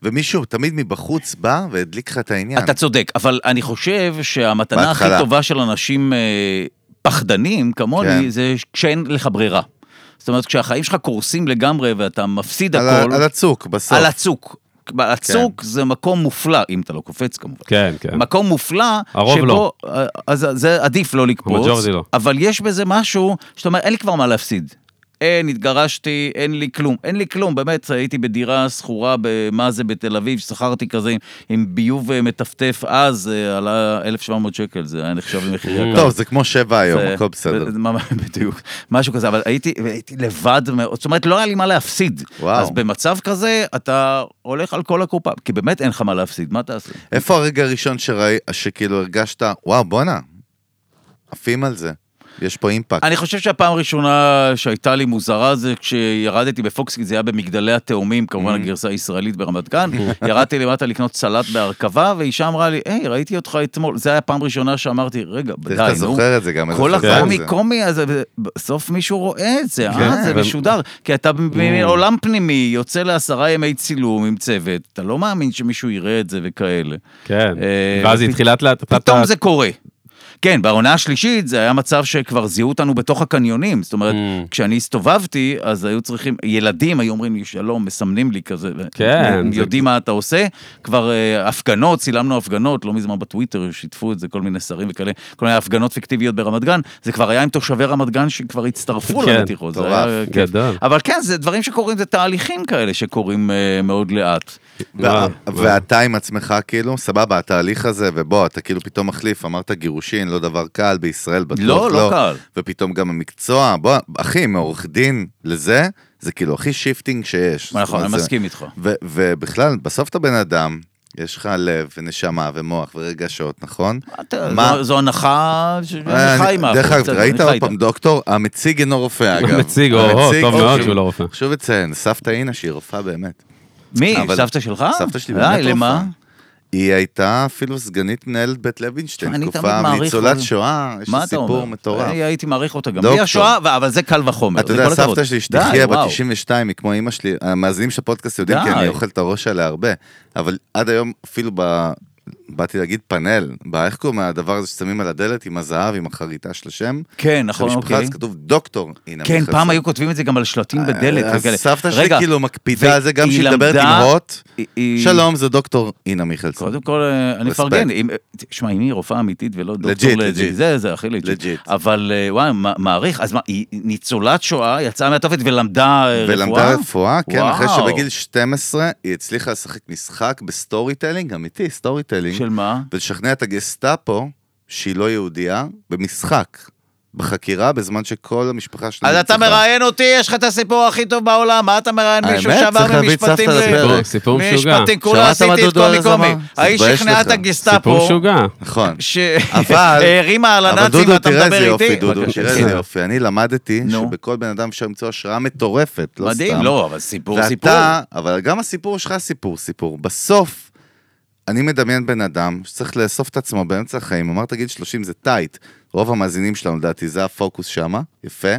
Speaker 3: ומישהו תמיד מבחוץ בא והדליק לך את העניין.
Speaker 1: אתה צודק, אבל אני חושב שהמתנה
Speaker 3: כן. בהתחלה.
Speaker 1: הכי טובה של אנשים אה, פחדנים כמוני,
Speaker 3: כן.
Speaker 1: זה כשאין לך ברירה. זאת אומרת, כשהחיים שלך קורסים לגמרי ואתה מפסיד
Speaker 3: על,
Speaker 1: הכל,
Speaker 3: ה- כן. על הצוק, בסוף.
Speaker 1: על הצוק. הצוק זה מקום מופלא, אם אתה לא קופץ כמובן.
Speaker 2: כן, כן.
Speaker 1: מקום מופלא,
Speaker 2: הרוב
Speaker 1: שבו, אה,
Speaker 2: לא.
Speaker 1: אז זה עדיף לא לקפוץ,
Speaker 2: ג'ורדי לא.
Speaker 1: אבל יש בזה משהו שאתה אומר, אין לי כבר מה להפסיד. אין, התגרשתי, אין לי כלום. אין לי כלום, באמת, הייתי בדירה שכורה במה זה בתל אביב, שכרתי כזה עם, עם ביוב אה, מטפטף אז, אה, עלה 1,700 שקל, זה היה נחשב למחירי הקרקע.
Speaker 3: טוב, זה כמו שבע היום,
Speaker 1: זה-
Speaker 3: Mm, הכל בסדר.
Speaker 1: זה- ממש, בדיוק, משהו כזה, אבל הייתי, הייתי לבד מאוד, זאת אומרת, לא היה לי מה להפסיד.
Speaker 3: וואו.
Speaker 1: אז במצב כזה, אתה הולך על כל הקופה, כי באמת אין לך מה להפסיד, מה תעשה?
Speaker 3: איפה הרגע הראשון שראי, שכאילו הרגשת, וואו, בואנה, עפים על זה, יש פה אימפקט.
Speaker 1: אני חושב שהפעם הראשונה שהייתה לי מוזרה זה כשירדתי בפוקסקי, זה היה במגדלי התאומים, כמובן
Speaker 3: Mm-hmm.
Speaker 1: הגרסה הישראלית ברמת גן. ירדתי למטה לקנות סלט בהרכבה, ואישה אמרה לי, היי, ראיתי אותך אתמול. זו הייתה פעם ראשונה שאמרתי, רגע, די,
Speaker 3: איך אתה
Speaker 1: נו.
Speaker 3: זוכר את זה גם, איזה
Speaker 1: כל
Speaker 3: חזק
Speaker 1: הקומי
Speaker 3: זה.
Speaker 1: קומי הזה, בסוף מישהו רואה את זה,
Speaker 3: כן, Mm.
Speaker 1: אה, זה
Speaker 2: אבל-
Speaker 1: משודר. כי אתה במין עולם פנימי, יוצא לעשרה ימי צילום עם צוות, אתה לא מאמין שמישהו יראה את זה וכאלה.
Speaker 2: כן.
Speaker 1: אה,
Speaker 2: ואז
Speaker 1: פת-
Speaker 2: התחילה לאט לאט.
Speaker 1: פתאום זה קורה. כן, בעונה השלישית זה היה מצב שכבר זיהו אותנו בתוך הקניונים. זאת אומרת,
Speaker 2: Mm.
Speaker 1: כשאני הסתובבתי, אז היו צריכים, ילדים היו אומרים לי שלום, מסמנים לי כזה. ו-
Speaker 2: כן,
Speaker 1: הם
Speaker 2: זה-
Speaker 1: יודעים מה אתה עושה. כבר אה, הפגנות, צילמנו הפגנות, לא מזמן בטוויטר שיתפו את זה כל מיני שרים וכאלה, כל מיני הפגנות פיקטיביות ברמת גן. זה כבר היה עם תושבי רמת גן שכבר הצטרפו
Speaker 2: כן,
Speaker 1: לנתיחות. זה היה,
Speaker 3: מטורף,
Speaker 1: כן.
Speaker 2: גדול.
Speaker 1: אבל כן, זה דברים שקורים, זה תהליכים כאלה שקורים אה, מאוד לאט.
Speaker 3: וה-
Speaker 2: וואו.
Speaker 3: ואתה עם עצמך כאילו, סבבה, התהליך הזה, ובוא, אתה כאילו פתאום מחליף, אמרת גירושין, לא דבר קל, בישראל בטוח
Speaker 1: לא,
Speaker 3: לא.
Speaker 1: לא קל.
Speaker 3: ופתאום גם המקצוע, בוא, אחי, מעורך דין לזה, זה כאילו הכי שיפטינג שיש. זאת
Speaker 1: נכון,
Speaker 3: אומרת,
Speaker 1: אני
Speaker 3: זה-
Speaker 1: מסכים איתך.
Speaker 3: ו- ובכלל, בסוף אתה בן אדם, יש לך לב ונשמה ומוח ורגשות, נכון?
Speaker 1: אתה-
Speaker 3: מה-
Speaker 1: זו- זו הנחה
Speaker 3: אה,
Speaker 1: שאני
Speaker 3: אני-
Speaker 1: חי עם
Speaker 3: דרך אגב,
Speaker 1: בסדר,
Speaker 3: ראית
Speaker 1: אני חי
Speaker 3: עוד
Speaker 1: איתה.
Speaker 3: פעם דוקטור, המציג אינו רופא, אגב.
Speaker 2: מציג, או,
Speaker 3: המציג-
Speaker 2: טוב
Speaker 3: או,
Speaker 2: מאוד
Speaker 3: ש-
Speaker 2: שהוא לא רופא.
Speaker 3: חשוב לציין, סבתא אינה שהיא רופאה באמת.
Speaker 1: מי?
Speaker 3: אבל-
Speaker 1: סבתא שלך?
Speaker 3: סבתא שלי
Speaker 1: די,
Speaker 3: באמת רופאה.
Speaker 1: למה?
Speaker 3: היא הייתה אפילו סגנית מנהלת בית לוינשטיין,
Speaker 1: אני תמיד
Speaker 3: תקופה
Speaker 1: מעריך
Speaker 3: ניצולת
Speaker 1: אותה.
Speaker 3: שואה, יש
Speaker 1: מה
Speaker 3: לה
Speaker 1: אתה אומר?
Speaker 3: סיפור מטורף.
Speaker 1: אני הייתי מעריך אותה גם. בלי
Speaker 3: דוקטור.
Speaker 1: השואה, ו- אבל זה קל וחומר.
Speaker 3: אתה
Speaker 1: זה כל
Speaker 3: יודע,
Speaker 1: הכבוד.
Speaker 3: סבתא שלי
Speaker 1: די,
Speaker 3: שתחיה בת
Speaker 1: וואו.
Speaker 3: 92, היא כמו אימא שלי, המאזינים של הפודקאסט יודעים, כי
Speaker 1: די.
Speaker 3: אני אוכל את הראש שלה הרבה, אבל עד היום אפילו ב... באתי להגיד פאנל, ב- איך קוראים הדבר הזה ששמים על הדלת עם הזהב, עם החריטה של השם?
Speaker 1: כן, נכון,
Speaker 3: של המשפחה,
Speaker 1: אוקיי.
Speaker 3: אז כתוב דוקטור. הנה,
Speaker 1: כן,
Speaker 3: מיכל
Speaker 1: פעם
Speaker 3: סבתא.
Speaker 1: היו כותבים את זה גם על שלטים בדלת.
Speaker 3: אה, אז
Speaker 1: וכאלה.
Speaker 3: סבתא שלי
Speaker 1: רגע,
Speaker 3: כאילו מקפידה על זה גם
Speaker 1: והיא
Speaker 3: כשהיא מדברת
Speaker 1: למדה-
Speaker 3: עם הוט.
Speaker 1: היא- היא-
Speaker 3: שלום, זה דוקטור אינה מיכלסון.
Speaker 1: קודם כל, אה, אני
Speaker 3: רספקט.
Speaker 1: מפרגן. אם- תשמע, אם היא רופאה אמיתית ולא דוקטור
Speaker 3: לג'יט,
Speaker 1: לג'יט,
Speaker 3: לג'יט.
Speaker 1: זה, זה הכי לג'יט.
Speaker 3: לג'יט.
Speaker 1: אבל אה, וואי, מע- מעריך, אז מה, היא ניצולת שואה, יצאה מהתופת ולמדה אה, רפואה?
Speaker 3: ולמדה רפואה, כן, אחרי
Speaker 1: וואו.
Speaker 3: שבגיל 12 היא הצליחה לשחק משחק בסטורי טלינג, אמיתי, סטורי טלינג,
Speaker 1: של מה?
Speaker 3: ולשכנע את הגסטאפו שהיא לא יהודייה במשחק. בחקירה בזמן שכל המשפחה שלנו...
Speaker 1: אז אתה
Speaker 3: נרצחה.
Speaker 1: מראיין אותי, יש לך את הסיפור הכי טוב בעולם, מה אתה מראיין מישהו
Speaker 3: האמת,
Speaker 1: שעבר
Speaker 3: צריך להביא את
Speaker 1: ממשפטים
Speaker 3: סבתא
Speaker 1: ל-
Speaker 3: לפרק.
Speaker 2: טוב, סיפור משוגע.
Speaker 1: משפטים, כולה
Speaker 3: שמעת מה
Speaker 1: עשיתי את
Speaker 3: דודו
Speaker 1: כל
Speaker 3: ארז
Speaker 1: מקומי.
Speaker 3: אמר?
Speaker 1: האיש
Speaker 3: תתבייש
Speaker 1: שכנע את
Speaker 3: לך.
Speaker 2: סיפור
Speaker 1: הגסטאפו,
Speaker 2: משוגע.
Speaker 3: נכון. אבל-
Speaker 1: שהרימה על
Speaker 3: אבל
Speaker 1: הנאצים,
Speaker 3: דודו,
Speaker 1: ואתה
Speaker 3: תראה איזה
Speaker 1: מדבר
Speaker 3: יופי,
Speaker 1: איתי.
Speaker 3: דודו,
Speaker 1: בבקשה.
Speaker 3: תראה איזה יופי. אני למדתי
Speaker 1: נו.
Speaker 3: שבכל בן אדם אפשר למצוא השראה מטורפת, לא סתם.
Speaker 1: מדהים, לא, אבל סיפור, סיפור.
Speaker 3: ואתה, אבל גם הסיפור שלך סיפור, סיפור. בסוף, אני מדמיין בן אדם שצריך לאסוף את עצמו באמצע החיים, אמרת גיל 30 זה טייט, רוב המאזינים שלנו לדעתי זה הפוקוס שמה, יפה.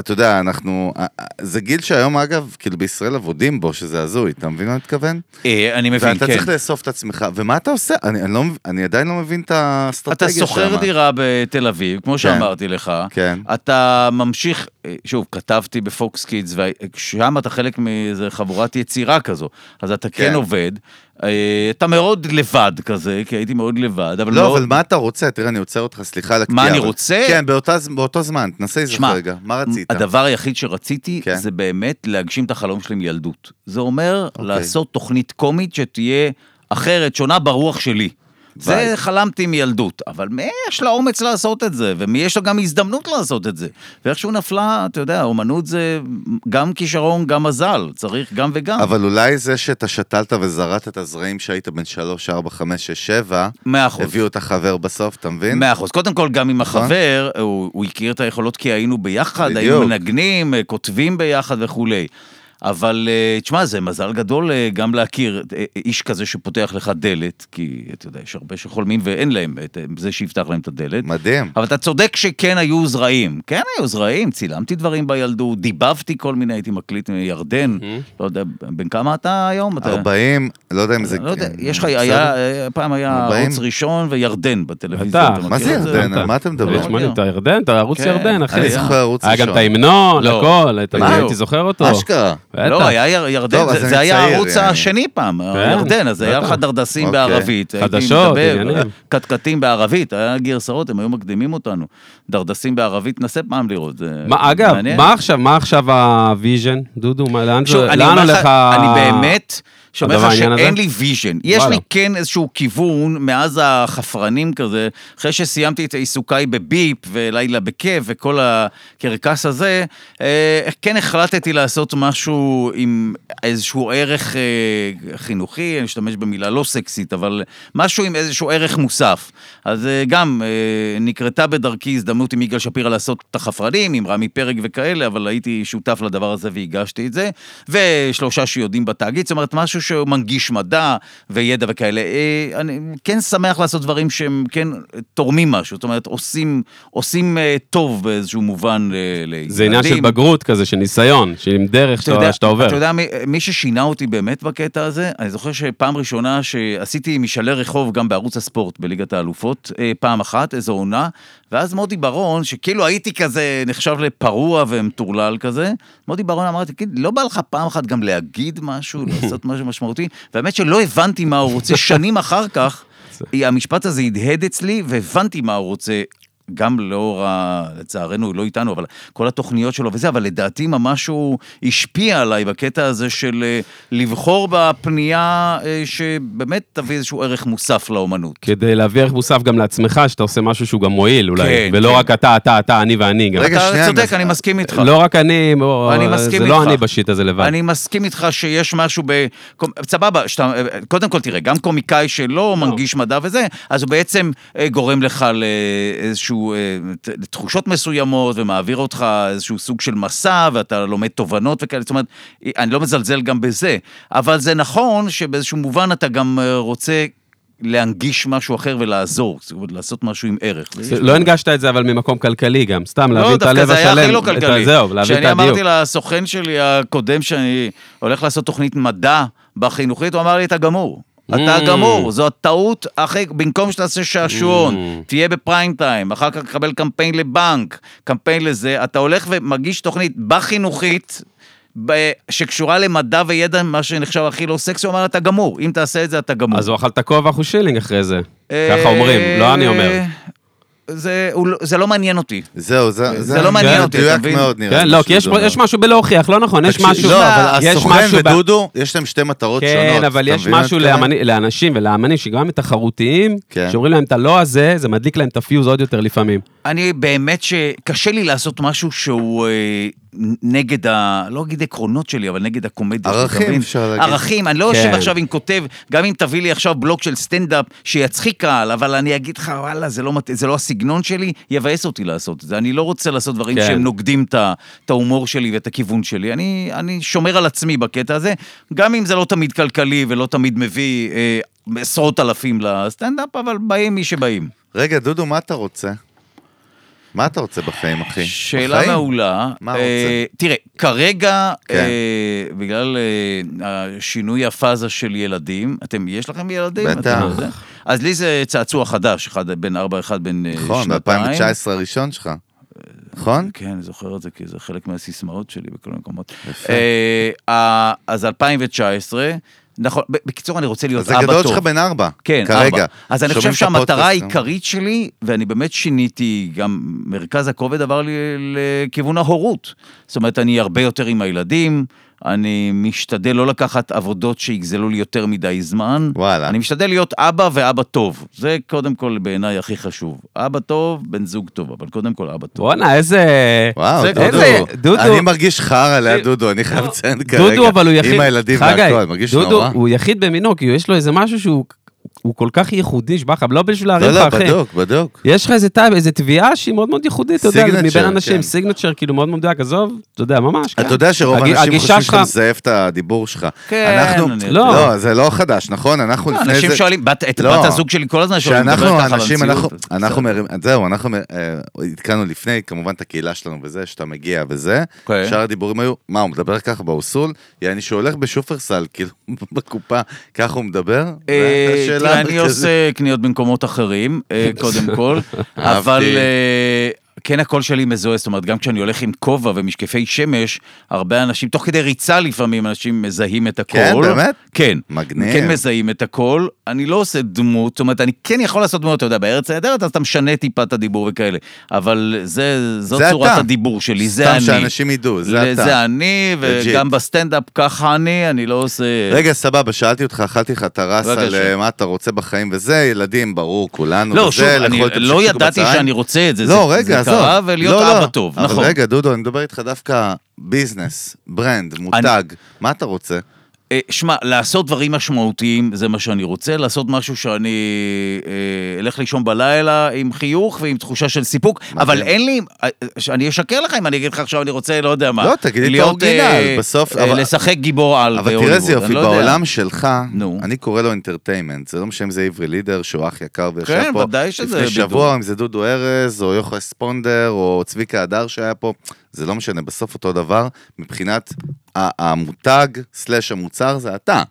Speaker 3: אתה יודע, אנחנו, אה, זה גיל שהיום אגב, כאילו בישראל עבודים בו, שזה הזוי, אתה מבין מה אני מתכוון?
Speaker 1: אה, אני מבין,
Speaker 3: ואתה
Speaker 1: כן.
Speaker 3: צריך לאסוף את עצמך, ומה אתה עושה? אני, אני, לא, מב- אני עדיין לא מבין את
Speaker 1: אתה
Speaker 3: האסטרטגיה
Speaker 1: שוכר
Speaker 3: שמה.
Speaker 1: דירה בתל אביב, כמו שאמרתי לך.
Speaker 3: כן.
Speaker 1: אתה ממשיך, אה, שוב, כתבתי בפוקס קידס, ושם אתה חלק מאיזה חבורת יצירה כזו. אז אתה כן
Speaker 3: כן.
Speaker 1: עובד, אה, אתה מאוד לבד כזה, כי הייתי מאוד לבד, אבל
Speaker 3: לא,
Speaker 1: מאוד...
Speaker 3: אבל מה אתה רוצה? תראה, אני עוצר אותך, סליחה על הקטיעה.
Speaker 1: אני
Speaker 3: אבל-
Speaker 1: רוצה?
Speaker 3: כן, באותה, באותו זמן, תנסה לזכור
Speaker 1: שמע,
Speaker 3: רגע, מה רצית?
Speaker 1: הדבר היחיד שרציתי
Speaker 3: כן.
Speaker 1: זה באמת להגשים את החלום שלי מילדות. זה אומר
Speaker 3: אוקיי.
Speaker 1: לעשות תוכנית קומית שתהיה אחרת, שונה ברוח שלי. זה
Speaker 3: ביי.
Speaker 1: חלמתי מילדות, אבל מי יש לה אומץ לעשות את זה, ומי יש לו גם הזדמנות לעשות את זה. ואיכשהו נפלה, אתה יודע, אומנות זה גם כישרון, גם מזל, צריך גם וגם. אבל...
Speaker 3: אבל אולי זה שאתה שתלת וזרעת את הזרעים שהיית בן 3, 4, 5, 6, 7,
Speaker 1: מאה אחוז.
Speaker 3: הביאו את החבר בסוף, אתה מבין?
Speaker 1: מאה אחוז. קודם כל, גם עם
Speaker 3: כן? נכון.
Speaker 1: החבר, הוא, הוא הכיר את היכולות כי היינו ביחד, היינו
Speaker 3: בדיוק.
Speaker 1: מנגנים, אה, כותבים ביחד וכולי. אבל אה, תשמע, זה מזל גדול אה, גם להכיר אה, איש כזה שפותח לך דלת, כי אתה יודע, יש הרבה שחולמים ואין להם את אה, זה שיפתח להם את הדלת.
Speaker 3: מדהים.
Speaker 1: אבל אתה צודק שכן היו זרעים. כן היו זרעים, צילמתי דברים בילדות, דיבבתי כל מיני, הייתי מקליט מירדן, לא יודע, בן כמה אתה היום? אתה-
Speaker 3: 40, לא יודע אם זה...
Speaker 1: אני לא יודע, יש לך,
Speaker 3: בסדר?
Speaker 1: היה, אה, פעם היה
Speaker 3: ארבעים.
Speaker 1: ערוץ ראשון וירדן בטלוויזיה.
Speaker 2: אתה,
Speaker 1: אתה
Speaker 3: מה
Speaker 1: מכיר
Speaker 3: זה
Speaker 1: את
Speaker 3: ירדן? על מה אתם
Speaker 1: לא
Speaker 3: מדברים?
Speaker 2: יש מוני, אתה ירדן, אתה ערוץ
Speaker 1: כן.
Speaker 2: ירדן, אחי.
Speaker 3: אני
Speaker 1: היה.
Speaker 3: זוכר ערוץ
Speaker 2: היה גם
Speaker 3: ראשון.
Speaker 2: את ההמנון,
Speaker 1: לא.
Speaker 2: הכל, היית-
Speaker 1: בדיוק.
Speaker 2: הייתי זוכר אותו.
Speaker 3: אשכרה.
Speaker 2: בטח.
Speaker 1: לא, היה יר- ירדן,
Speaker 3: טוב,
Speaker 1: זה-
Speaker 3: אז אני
Speaker 1: זה היה
Speaker 3: צעיר,
Speaker 1: הערוץ
Speaker 3: יעני.
Speaker 1: השני פעם,
Speaker 2: כן,
Speaker 1: ירדן, אז היה
Speaker 2: בטח.
Speaker 1: לך דרדסים
Speaker 3: אוקיי.
Speaker 1: בערבית. הייתי
Speaker 2: חדשות,
Speaker 1: מדבר,
Speaker 2: עניינים.
Speaker 1: קטקטים בערבית, היה גרסאות, הם היו מקדימים אותנו. דרדסים בערבית, נסה פעם לראות. זה
Speaker 2: מה, אגב,
Speaker 1: מעניין.
Speaker 2: מה עכשיו, מה עכשיו הוויז'ן, דודו? מה- לאן
Speaker 1: שוב,
Speaker 2: זה-
Speaker 1: אני
Speaker 2: לאן
Speaker 1: אומר
Speaker 2: הולך
Speaker 1: לך,
Speaker 2: ה...
Speaker 1: אני באמת שאומר
Speaker 2: הדבר,
Speaker 1: לך
Speaker 2: העניין הזה?
Speaker 1: שאין לי ויז'ן. יש
Speaker 2: וואלה.
Speaker 1: לי כן איזשהו כיוון מאז החפרנים כזה, אחרי שסיימתי את עיסוקיי בביפ ולילה בכיף וכל הקרקס הזה, אה, כן החלטתי לעשות משהו עם איזשהו ערך אה, חינוכי, אני אשתמש במילה לא סקסית, אבל משהו עם איזשהו ערך מוסף. אז אה, גם אה, נקרתה בדרכי הזדמנות עם יגאל שפירא לעשות את החפרנים, עם רמי פרק וכאלה, אבל הייתי שותף לדבר הזה והגשתי את זה. ושלושה שיודעים בתאגיד, זאת אומרת, משהו שמנגיש מדע וידע וכאלה. אה, אני כן שמח לעשות דברים שהם כן תורמים משהו, זאת אומרת, עושים, עושים אה, טוב באיזשהו מובן אה, לילדים.
Speaker 2: זה עניין של בגרות כזה, של ניסיון, של עם דרך
Speaker 1: אתה יודע,
Speaker 2: שאתה שאתה עובר.
Speaker 1: אתה יודע, מי, מי ששינה אותי באמת בקטע הזה, אני זוכר שפעם ראשונה שעשיתי משאלי רחוב גם בערוץ הספורט בליגת האלופות, אה, פעם אחת, איזו עונה, ואז מודי ברון, שכאילו הייתי כזה נחשב לפרוע ומטורלל כזה, מודי ברון אמר, תגיד, לא בא לך פעם אחת גם להגיד משהו, לעשות משהו משמעותי? והאמת שלא הבנתי מה הוא רוצה, שנים אחר כך, המשפט הזה הדהד אצלי, והבנתי מה הוא רוצה. גם לאור, ה... לצערנו, הוא לא איתנו, אבל כל התוכניות שלו וזה, אבל לדעתי ממש הוא השפיע עליי בקטע הזה של אה, לבחור בפנייה אה, שבאמת תביא איזשהו ערך מוסף לאומנות.
Speaker 2: כדי להביא ערך מוסף גם לעצמך, שאתה עושה משהו שהוא גם מועיל
Speaker 1: כן,
Speaker 2: אולי, ולא
Speaker 1: כן.
Speaker 2: רק אתה, אתה, אתה, אני ואני גם.
Speaker 3: רגע,
Speaker 1: אתה
Speaker 3: שנייה,
Speaker 1: צודק,
Speaker 3: אני-
Speaker 1: אני מסכים איתך.
Speaker 2: לא רק אני, או-
Speaker 1: אני מסכים
Speaker 2: זה
Speaker 1: איתך.
Speaker 2: לא אני בשיט הזה לבד.
Speaker 1: אני מסכים איתך שיש משהו ב... סבבה, שאתה... קודם כל תראה, גם קומיקאי שלא מנגיש מדע וזה, אז הוא בעצם אה, גורם לך לאיזשהו... אה, ת- לתחושות מסוימות, ומעביר אותך איזשהו סוג של מסע, ואתה לומד תובנות וכאלה, זאת אומרת, אני לא מזלזל גם בזה, אבל זה נכון שבאיזשהו מובן אתה גם אה, רוצה... להנגיש משהו אחר ולעזור, זאת אומרת, לעשות משהו עם ערך.
Speaker 2: זה- לא הנגשת את זה אבל ממקום כלכלי גם, סתם להבין
Speaker 1: לא,
Speaker 2: את הלב
Speaker 1: דווקא
Speaker 2: השלם.
Speaker 1: זה היה הכי לא
Speaker 2: את ה-
Speaker 1: כלכלי.
Speaker 2: זהו, להבין את
Speaker 1: כשאני
Speaker 2: הדיוק.
Speaker 1: אמרתי לסוכן שלי הקודם שאני הולך לעשות תוכנית מדע בחינוכית, הוא אמר לי, אתה גמור. אתה
Speaker 2: Mm.
Speaker 1: גמור, זו הטעות אחרי, במקום שתעשה
Speaker 2: Mm.
Speaker 1: שעשועון, תהיה בפריים טיים, אחר כך תקבל קמפיין לבנק, קמפיין לזה, אתה הולך ומגיש תוכנית בחינוכית, ב- שקשורה למדע וידע, מה שנחשב הכי לא סקסי, הוא אמר, אתה גמור, אם תעשה את זה, אתה גמור.
Speaker 2: אז הוא אכל את הכובע, הוא שילינג אחרי זה. ככה אומרים, לא אני אומר.
Speaker 1: אה, זה, הוא לא- זה לא מעניין אותי.
Speaker 3: זהו, זה
Speaker 1: זה לא מעניין אותי, אתה
Speaker 3: מדויק
Speaker 1: מבין?
Speaker 3: מאוד נראה.
Speaker 2: כן,
Speaker 3: לי,
Speaker 2: לא,
Speaker 3: מה
Speaker 2: כי יש
Speaker 3: שדודו
Speaker 2: פה- יש
Speaker 3: אומר.
Speaker 2: משהו בלהוכיח, לא נכון, יש
Speaker 3: תקשיב,
Speaker 2: משהו...
Speaker 3: לא, אבל
Speaker 2: יש
Speaker 3: הסוכן
Speaker 2: משהו ב-
Speaker 3: ודודו, יש להם שתי מטרות שונות.
Speaker 2: כן, אבל
Speaker 3: אתה
Speaker 2: יש
Speaker 3: מבין מה
Speaker 2: משהו
Speaker 3: אני מתכוון?
Speaker 2: לאמני- לאנשים ולאמנים שגם הם תחרותיים,
Speaker 3: כן.
Speaker 2: לא שאומרים להם את הלא הזה, זה מדליק להם את הפיוז עוד יותר לפעמים.
Speaker 1: אני באמת שקשה לי לעשות משהו שהוא אה, נגד ה... לא אגיד עקרונות שלי, אבל נגד הקומדיה.
Speaker 3: ערכים,
Speaker 1: אתה מבין?
Speaker 3: אפשר להגיד.
Speaker 1: ערכים, אני לא
Speaker 2: כן.
Speaker 1: יושב עכשיו עם כותב, גם אם תביא לי עכשיו בלוק של סטנדאפ שיצחיק קהל, אבל אני אגיד לך, וואלה, זה לא, מת... זה לא הסגנון שלי, יבאס אותי לעשות את זה. אני לא רוצה לעשות דברים
Speaker 2: כן.
Speaker 1: שהם נוגדים את ה- את ההומור שלי ואת הכיוון שלי. אני, אני שומר על עצמי בקטע הזה, גם אם זה לא תמיד כלכלי ולא תמיד מביא אה, עשרות אלפים לסטנדאפ, אבל באים מי שבאים.
Speaker 3: רגע, דודו, מה אתה רוצה? מה אתה רוצה בחיים, אחי?
Speaker 1: שאלה
Speaker 3: אוקיי. בחיים?
Speaker 1: מעולה.
Speaker 3: מה
Speaker 1: אה,
Speaker 3: רוצה?
Speaker 1: תראה, כרגע,
Speaker 3: כן.
Speaker 1: אה, בגלל אה, השינוי הפאזה של ילדים, אתם, יש לכם ילדים?
Speaker 3: בטח.
Speaker 1: אתם לא זה? אז לי זה צעצוע חדש, אחד בן ארבע, אחד בן אה, שנתיים.
Speaker 3: נכון, ב-2019 הראשון שלך. נכון?
Speaker 1: כן, אני זוכר את זה, כי זה חלק מהסיסמאות שלי בכל מיני מקומות.
Speaker 3: יפה.
Speaker 1: אה, אה, אז 2019, נכון, ב- בקיצור, אני רוצה להיות
Speaker 3: אז
Speaker 1: אבא טוב.
Speaker 3: הגדול שלך בן ארבע.
Speaker 1: כן,
Speaker 3: כרגע.
Speaker 1: ארבע. אז אני
Speaker 3: שומעים
Speaker 1: חושב
Speaker 3: את הפודקאסט,
Speaker 1: שהמטרה
Speaker 3: אה? נו.
Speaker 1: העיקרית שלי, ואני באמת שיניתי, גם מרכז הכובד עבר לי לכיוון ההורות. זאת אומרת, אני הרבה יותר עם הילדים, אני משתדל לא לקחת עבודות שיגזלו לי יותר מדי זמן.
Speaker 3: וואלה.
Speaker 1: אני משתדל להיות אבא ואבא טוב. זה קודם כל בעיניי הכי חשוב. אבא טוב, בן זוג טוב, אבל קודם כל אבא טוב.
Speaker 2: בואנה, איזה...
Speaker 3: וואו,
Speaker 1: זה-
Speaker 2: איזה-
Speaker 3: דודו.
Speaker 2: דודו.
Speaker 3: אני מרגיש חרא ליד דודו, אני חייב לציין כרגע.
Speaker 2: דודו, אבל הוא יחיד.
Speaker 3: עם הילדים
Speaker 2: חגי,
Speaker 3: והכל, מרגיש
Speaker 2: דודו,
Speaker 3: נורא.
Speaker 2: הוא יחיד במינו, כי יש לו איזה משהו שהוא הוא כל כך ייחודי, נשבע לך, לא בשביל להרים
Speaker 3: לא, לא,
Speaker 2: לך, אחי.
Speaker 3: בדוק, בדוק.
Speaker 2: יש לך איזה טייב, איזה תביעה שהיא מאוד מאוד ייחודית, אתה יודע,
Speaker 3: Signature,
Speaker 2: מבין אנשים,
Speaker 3: כן.
Speaker 2: סיגנצ'ר, כאילו מאוד מאוד מדויק, עזוב, אתה יודע, ממש. כן.
Speaker 3: אתה יודע שרוב
Speaker 2: הג-
Speaker 3: האנשים
Speaker 2: הגישה
Speaker 3: חושבים
Speaker 2: שלך-
Speaker 3: שאתה מזייף את הדיבור שלך.
Speaker 1: כן,
Speaker 3: אנחנו-
Speaker 1: אני- לא,
Speaker 2: לא.
Speaker 3: לא, זה לא חדש, נכון? אנחנו לפני זה...
Speaker 1: אה, אנשים שואלים, בת- את
Speaker 3: לא.
Speaker 1: בת הזוג שלי כל הזמן שואלים,
Speaker 3: שאנחנו
Speaker 1: מדברת ככה
Speaker 3: האנשים, אנחנו,
Speaker 1: במציאות.
Speaker 3: אנחנו מרים, זהו, אנחנו מ- אה, עדכנו לפני, כמובן את הקהילה שלנו וזה, שאתה מגיע וזה,
Speaker 1: אוקיי.
Speaker 3: שאר הדיבורים היו, מה, הוא מדבר ככה באוסול? יעני שהוא הולך בשופרסל, כאילו, בקופה, ככה הוא מדבר?
Speaker 1: אה,
Speaker 3: זו השאלה
Speaker 1: תראה, אני
Speaker 3: המרכזית.
Speaker 1: עושה קניות במקומות אחרים, אה, קודם כל, אבל
Speaker 3: אהבתי.
Speaker 1: אה, כן הקול שלי מזוהה, זאת אומרת, גם כשאני הולך עם כובע ומשקפי שמש, הרבה אנשים, תוך כדי ריצה לפעמים, אנשים מזהים את הקול.
Speaker 3: כן, באמת?
Speaker 1: כן.
Speaker 3: מגניב.
Speaker 1: כן מזהים את הקול, אני לא עושה דמות, זאת אומרת, אני כן יכול לעשות דמות, אתה יודע, בארץ נהדרת, אז אתה משנה טיפה את הדיבור וכאלה, אבל זה, זו
Speaker 3: זה
Speaker 1: צורת
Speaker 3: אתה.
Speaker 1: הדיבור שלי, זה
Speaker 3: סתם
Speaker 1: אני.
Speaker 3: שאנשים ידעו, זה אתה.
Speaker 1: זה אני, וגם בסטנדאפ ככה אני, אני לא עושה...
Speaker 3: רגע, סבבה, שאלתי אותך, אכלתי לך טרס
Speaker 1: בבקשה.
Speaker 3: על אה, מה אתה רוצה בחיים וזה, ילדים, ברור, כולנו,
Speaker 1: לא,
Speaker 3: וזה,
Speaker 1: שוב, אני
Speaker 3: לאכול את
Speaker 1: לא
Speaker 3: השקשוק
Speaker 1: ידעתי
Speaker 3: בצהריים.
Speaker 1: שאני רוצה את זה.
Speaker 3: לא,
Speaker 1: זה-
Speaker 3: רגע,
Speaker 1: זה
Speaker 3: עזוב.
Speaker 1: קרה ולהיות
Speaker 3: לא, לא.
Speaker 1: אבא טוב,
Speaker 3: אבל
Speaker 1: נכון.
Speaker 3: רגע, דודו, אני מדבר איתך דווקא ביזנס, ברנד, מותג, מה אתה רוצה?
Speaker 1: אה, שמע, לעשות דברים משמעותיים זה מה שאני רוצה, לעשות משהו שאני אה, אלך לישון בלילה עם חיוך ועם תחושה של סיפוק, אבל אין לי, אה, אני אשקר לך אם אני אגיד לך עכשיו אני רוצה, לא יודע מה.
Speaker 3: לא, תגיד לי את
Speaker 1: להיות,
Speaker 3: האורגינל,
Speaker 1: אה,
Speaker 3: בסוף,
Speaker 1: אה,
Speaker 3: אבל-
Speaker 1: לשחק גיבור על
Speaker 3: אבל תראה
Speaker 1: בהוליווד,
Speaker 3: איזה יופי,
Speaker 1: אני לא יודע.
Speaker 3: בעולם שלך,
Speaker 1: נו.
Speaker 3: אני קורא לו אינטרטיימנט, זה לא משנה אם זה עברי לידר, שהוא אח יקר וישב
Speaker 1: כן,
Speaker 3: פה,
Speaker 1: ודאי שזה
Speaker 3: לפני
Speaker 1: בידור.
Speaker 3: שבוע, אם זה דודו ארז, או יוחאי ספונדר, או צביקה הדר שהיה פה, זה לא משנה, בסוף אותו דבר, מבחינת ה- המותג, סלאש המוצר, זה אתה. אה,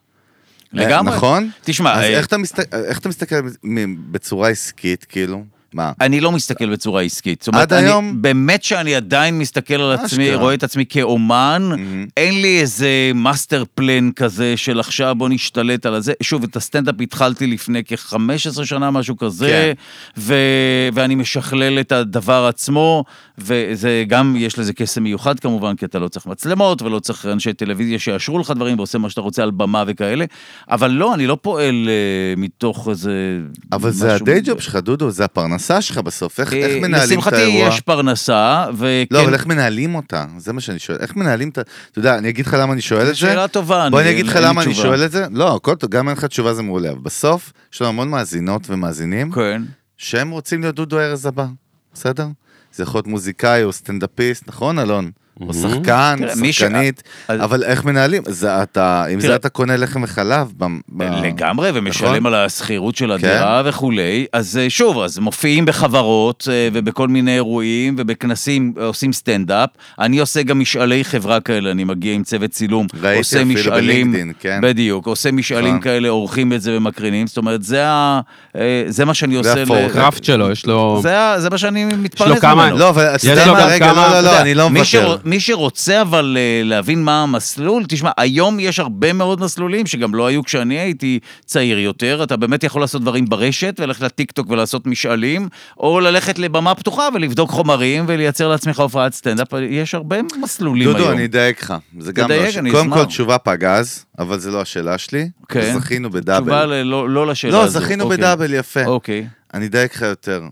Speaker 1: לגמרי.
Speaker 3: נכון?
Speaker 1: תשמע,
Speaker 3: אז
Speaker 1: אה,
Speaker 3: איך אתה מסת- איך אתה מסתכל מ- בצורה עסקית, כאילו? מה?
Speaker 1: אני לא מסתכל בצורה עסקית. זאת אומרת,
Speaker 3: עד
Speaker 1: אני,
Speaker 3: היום?
Speaker 1: באמת שאני עדיין מסתכל על עצמי,
Speaker 3: אשכרה.
Speaker 1: רואה את עצמי
Speaker 3: Mm.
Speaker 1: כאומן, אין לי איזה מאסטר פלן כזה של עכשיו בוא נשתלט על הזה. שוב, את הסטנדאפ התחלתי לפני כ-15 שנה, משהו
Speaker 3: כן.
Speaker 1: כזה, ו- ואני משכלל את הדבר עצמו, וזה גם, יש לזה קסם מיוחד כמובן, כי אתה לא צריך מצלמות, ולא צריך אנשי טלוויזיה שיאשרו לך דברים, ועושה מה שאתה רוצה על במה וכאלה, אבל לא, אני לא פועל אה, מתוך איזה...
Speaker 3: אבל זה
Speaker 1: משהו-
Speaker 3: הדיי ג'וב שלך, דודו, זה הפרנסה שלך בסוף, איך איך
Speaker 1: אה,
Speaker 3: מנהלים את האירוע?
Speaker 1: לשמחתי יש פרנסה, וכן...
Speaker 3: לא, אבל איך מנהלים אותה? זה מה שאני שואל. איך מנהלים את ה... אתה יודע, אני אגיד לך למה אני שואל את זה.
Speaker 1: שאלה טובה,
Speaker 3: בוא
Speaker 1: אני-
Speaker 3: אני אגיד לך
Speaker 1: אין לי
Speaker 3: למה אני
Speaker 1: תשובה.
Speaker 3: שואל את זה. לא, הכל טוב, גם אין לך תשובה זה מעולה. אבל בסוף, יש לנו המון מאזינות ומאזינים,
Speaker 1: כן.
Speaker 3: שהם רוצים להיות דודו ארז הבא, בסדר? זה יכול להיות מוזיקאי או סטנדאפיסט, נכון, אלון? או שחקן,
Speaker 1: תראה, מי ש-
Speaker 3: שחקנית,
Speaker 1: אז-
Speaker 3: אבל איך מנהלים? זה אתה, עם
Speaker 1: תראה-
Speaker 3: זה אתה קונה לחם וחלב. ב- ב-
Speaker 1: לגמרי, ומשלם
Speaker 3: נכון?
Speaker 1: על השכירות של הדירה וכולי. אז אה, שוב, אז מופיעים בחברות אה, ובכל מיני אירועים ובכנסים אה, עושים סטנדאפ. אני עושה גם משאלי חברה כאלה, אני מגיע עם צוות צילום,
Speaker 3: ראיתי
Speaker 1: עושה
Speaker 3: אפילו
Speaker 1: משאלים,
Speaker 3: בלינקדין, כן.
Speaker 1: בדיוק, עושה משאלים
Speaker 3: נכון.
Speaker 1: כאלה, עורכים את זה ומקרינים. זאת אומרת, זה ה- אה, זה מה שאני עושה. ל-
Speaker 3: הפורקאסט.
Speaker 2: הקראפט שלו, יש לו...
Speaker 1: זה ה- זה מה שאני מתפרנס
Speaker 2: לו
Speaker 1: ממנו.
Speaker 2: כמה-
Speaker 3: לא, אבל אתה יודע
Speaker 2: לו
Speaker 3: מה,
Speaker 2: גם
Speaker 3: רגע,
Speaker 2: כמה-
Speaker 3: לא, לא,
Speaker 2: אתה
Speaker 3: לא,
Speaker 2: יודע,
Speaker 3: אני לא
Speaker 1: מי,
Speaker 3: מוותר.
Speaker 1: מי שרוצה אבל אה, להבין מה המסלול, תשמע, היום יש הרבה מאוד מסלולים שגם לא היו כשאני הייתי צעיר יותר. אתה באמת יכול לעשות דברים ברשת, וללכת לטיקטוק ולעשות משאלים, או ללכת לבמה פתוחה ולבדוק חומרים ולייצר לעצמך הופעת סטנדאפ. יש הרבה מסלולים היום.
Speaker 3: דודו, אני אדייק לך. זה גם
Speaker 1: תדייק,
Speaker 3: לא... ש-
Speaker 1: אני
Speaker 3: קודם
Speaker 1: אשמח.
Speaker 3: כל, תשובה פגז, אבל זה לא השאלה שלי.
Speaker 1: כן.
Speaker 3: זכינו בדאבל.
Speaker 1: תשובה ל- לא, לא לשאלה
Speaker 3: לא,
Speaker 1: הזו.
Speaker 3: זכינו
Speaker 1: אוקיי.
Speaker 3: בדאבל, יפה.
Speaker 1: אוקיי.
Speaker 3: אני אדייק לך יותר.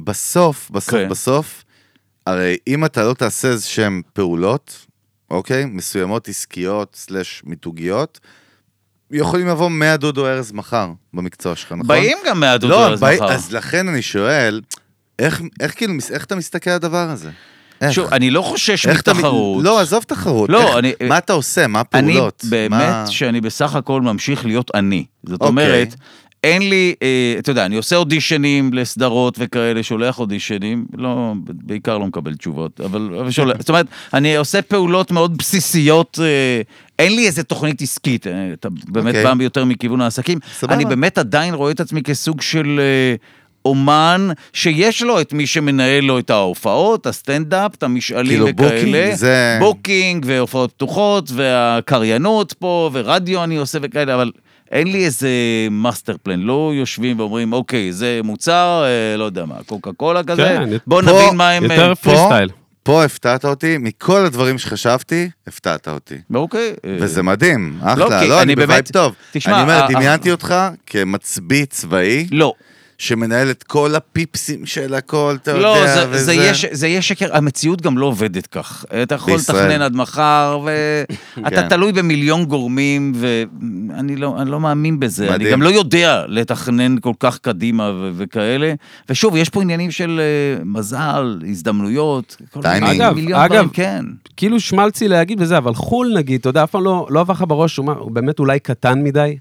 Speaker 3: בסוף, בסוף,
Speaker 1: כן.
Speaker 3: בסוף, הרי אם אתה לא תעשה איזה שהן פעולות, אוקיי? מסוימות עסקיות סלש מיתוגיות, יכולים לבוא 100 דודו ארז מחר במקצוע שלך, נכון?
Speaker 1: באים גם מהדודו
Speaker 3: לא,
Speaker 1: ארז
Speaker 3: באי-
Speaker 1: מחר.
Speaker 3: אז לכן אני שואל, איך, איך כאילו, מס- איך אתה מסתכל על הדבר הזה? איך?
Speaker 1: שוב, אני לא חושש
Speaker 3: איך אתה מ-
Speaker 1: מתחרות.
Speaker 3: לא, עזוב תחרות.
Speaker 1: לא,
Speaker 3: איך,
Speaker 1: אני-
Speaker 3: מה אתה עושה? מה
Speaker 1: אני
Speaker 3: הפעולות? מה...
Speaker 1: באמת שאני בסך הכל ממשיך להיות אני. זאת
Speaker 3: אוקיי.
Speaker 1: אומרת, אין לי, אה, אתה יודע, אני עושה אודישנים לסדרות וכאלה, שולח אודישנים, לא, בעיקר לא מקבל תשובות, אבל אבל שולח, זאת אומרת, אני עושה פעולות מאוד בסיסיות, אה, אין לי איזה תוכנית עסקית, אה, אתה באמת
Speaker 3: אוקיי.
Speaker 1: בא יותר מכיוון העסקים.
Speaker 3: סבבה.
Speaker 1: אני באמת עדיין רואה את עצמי כסוג של... אה, אומן שיש לו את מי שמנהל לו את ההופעות, הסטנדאפ, את המשאלים
Speaker 3: כאילו,
Speaker 1: וכאלה.
Speaker 3: בוקינג זה-
Speaker 1: בוקינג והופעות פתוחות והקריינות פה ורדיו אני עושה וכאלה, אבל אין לי איזה מאסטר פלן, לא יושבים ואומרים, אוקיי, זה מוצר, אה, לא יודע מה, קוקה קולה כזה,
Speaker 2: כן,
Speaker 1: בוא
Speaker 3: פה
Speaker 1: נבין מה הם...
Speaker 2: יותר
Speaker 1: אה,
Speaker 2: פרי סטייל.
Speaker 3: פה הפתעת אותי, מכל הדברים שחשבתי, הפתעת אותי.
Speaker 1: אוקיי. אה,
Speaker 3: וזה מדהים,
Speaker 1: לא,
Speaker 3: אחלה,
Speaker 1: כי
Speaker 3: לא,
Speaker 1: אני
Speaker 3: אני בווייב
Speaker 1: באמת-
Speaker 3: טוב.
Speaker 1: תשמע,
Speaker 3: אני אומר,
Speaker 1: ה-
Speaker 3: דמיינתי אותך כמצביא צבאי,
Speaker 1: לא,
Speaker 3: שמנהל את כל הפיפסים של הכל, אתה
Speaker 1: לא,
Speaker 3: יודע,
Speaker 1: זה- זה יהיה ש- זה יהיה שקר, המציאות גם לא עובדת כך. אתה יכול
Speaker 3: בישראל.
Speaker 1: לתכנן עד מחר, ואתה
Speaker 3: כן.
Speaker 1: תלוי במיליון גורמים, ואני לא אני לא מאמין בזה. אני
Speaker 3: מדהים.
Speaker 1: גם לא יודע לתכנן כל כך קדימה ו- וכאלה. ושוב, יש פה עניינים של אה, מזל, הזדמנויות, כל
Speaker 3: טיימינג.
Speaker 1: מיני-
Speaker 2: אגב,
Speaker 1: מיליון
Speaker 2: אגב,
Speaker 1: דברים, כן.
Speaker 2: כאילו שמלצי להגיד וזה, אבל חו"ל נגיד, אתה יודע, אף פעם לא לא עבר לך בראש, הוא מה- הוא באמת אולי קטן מדי.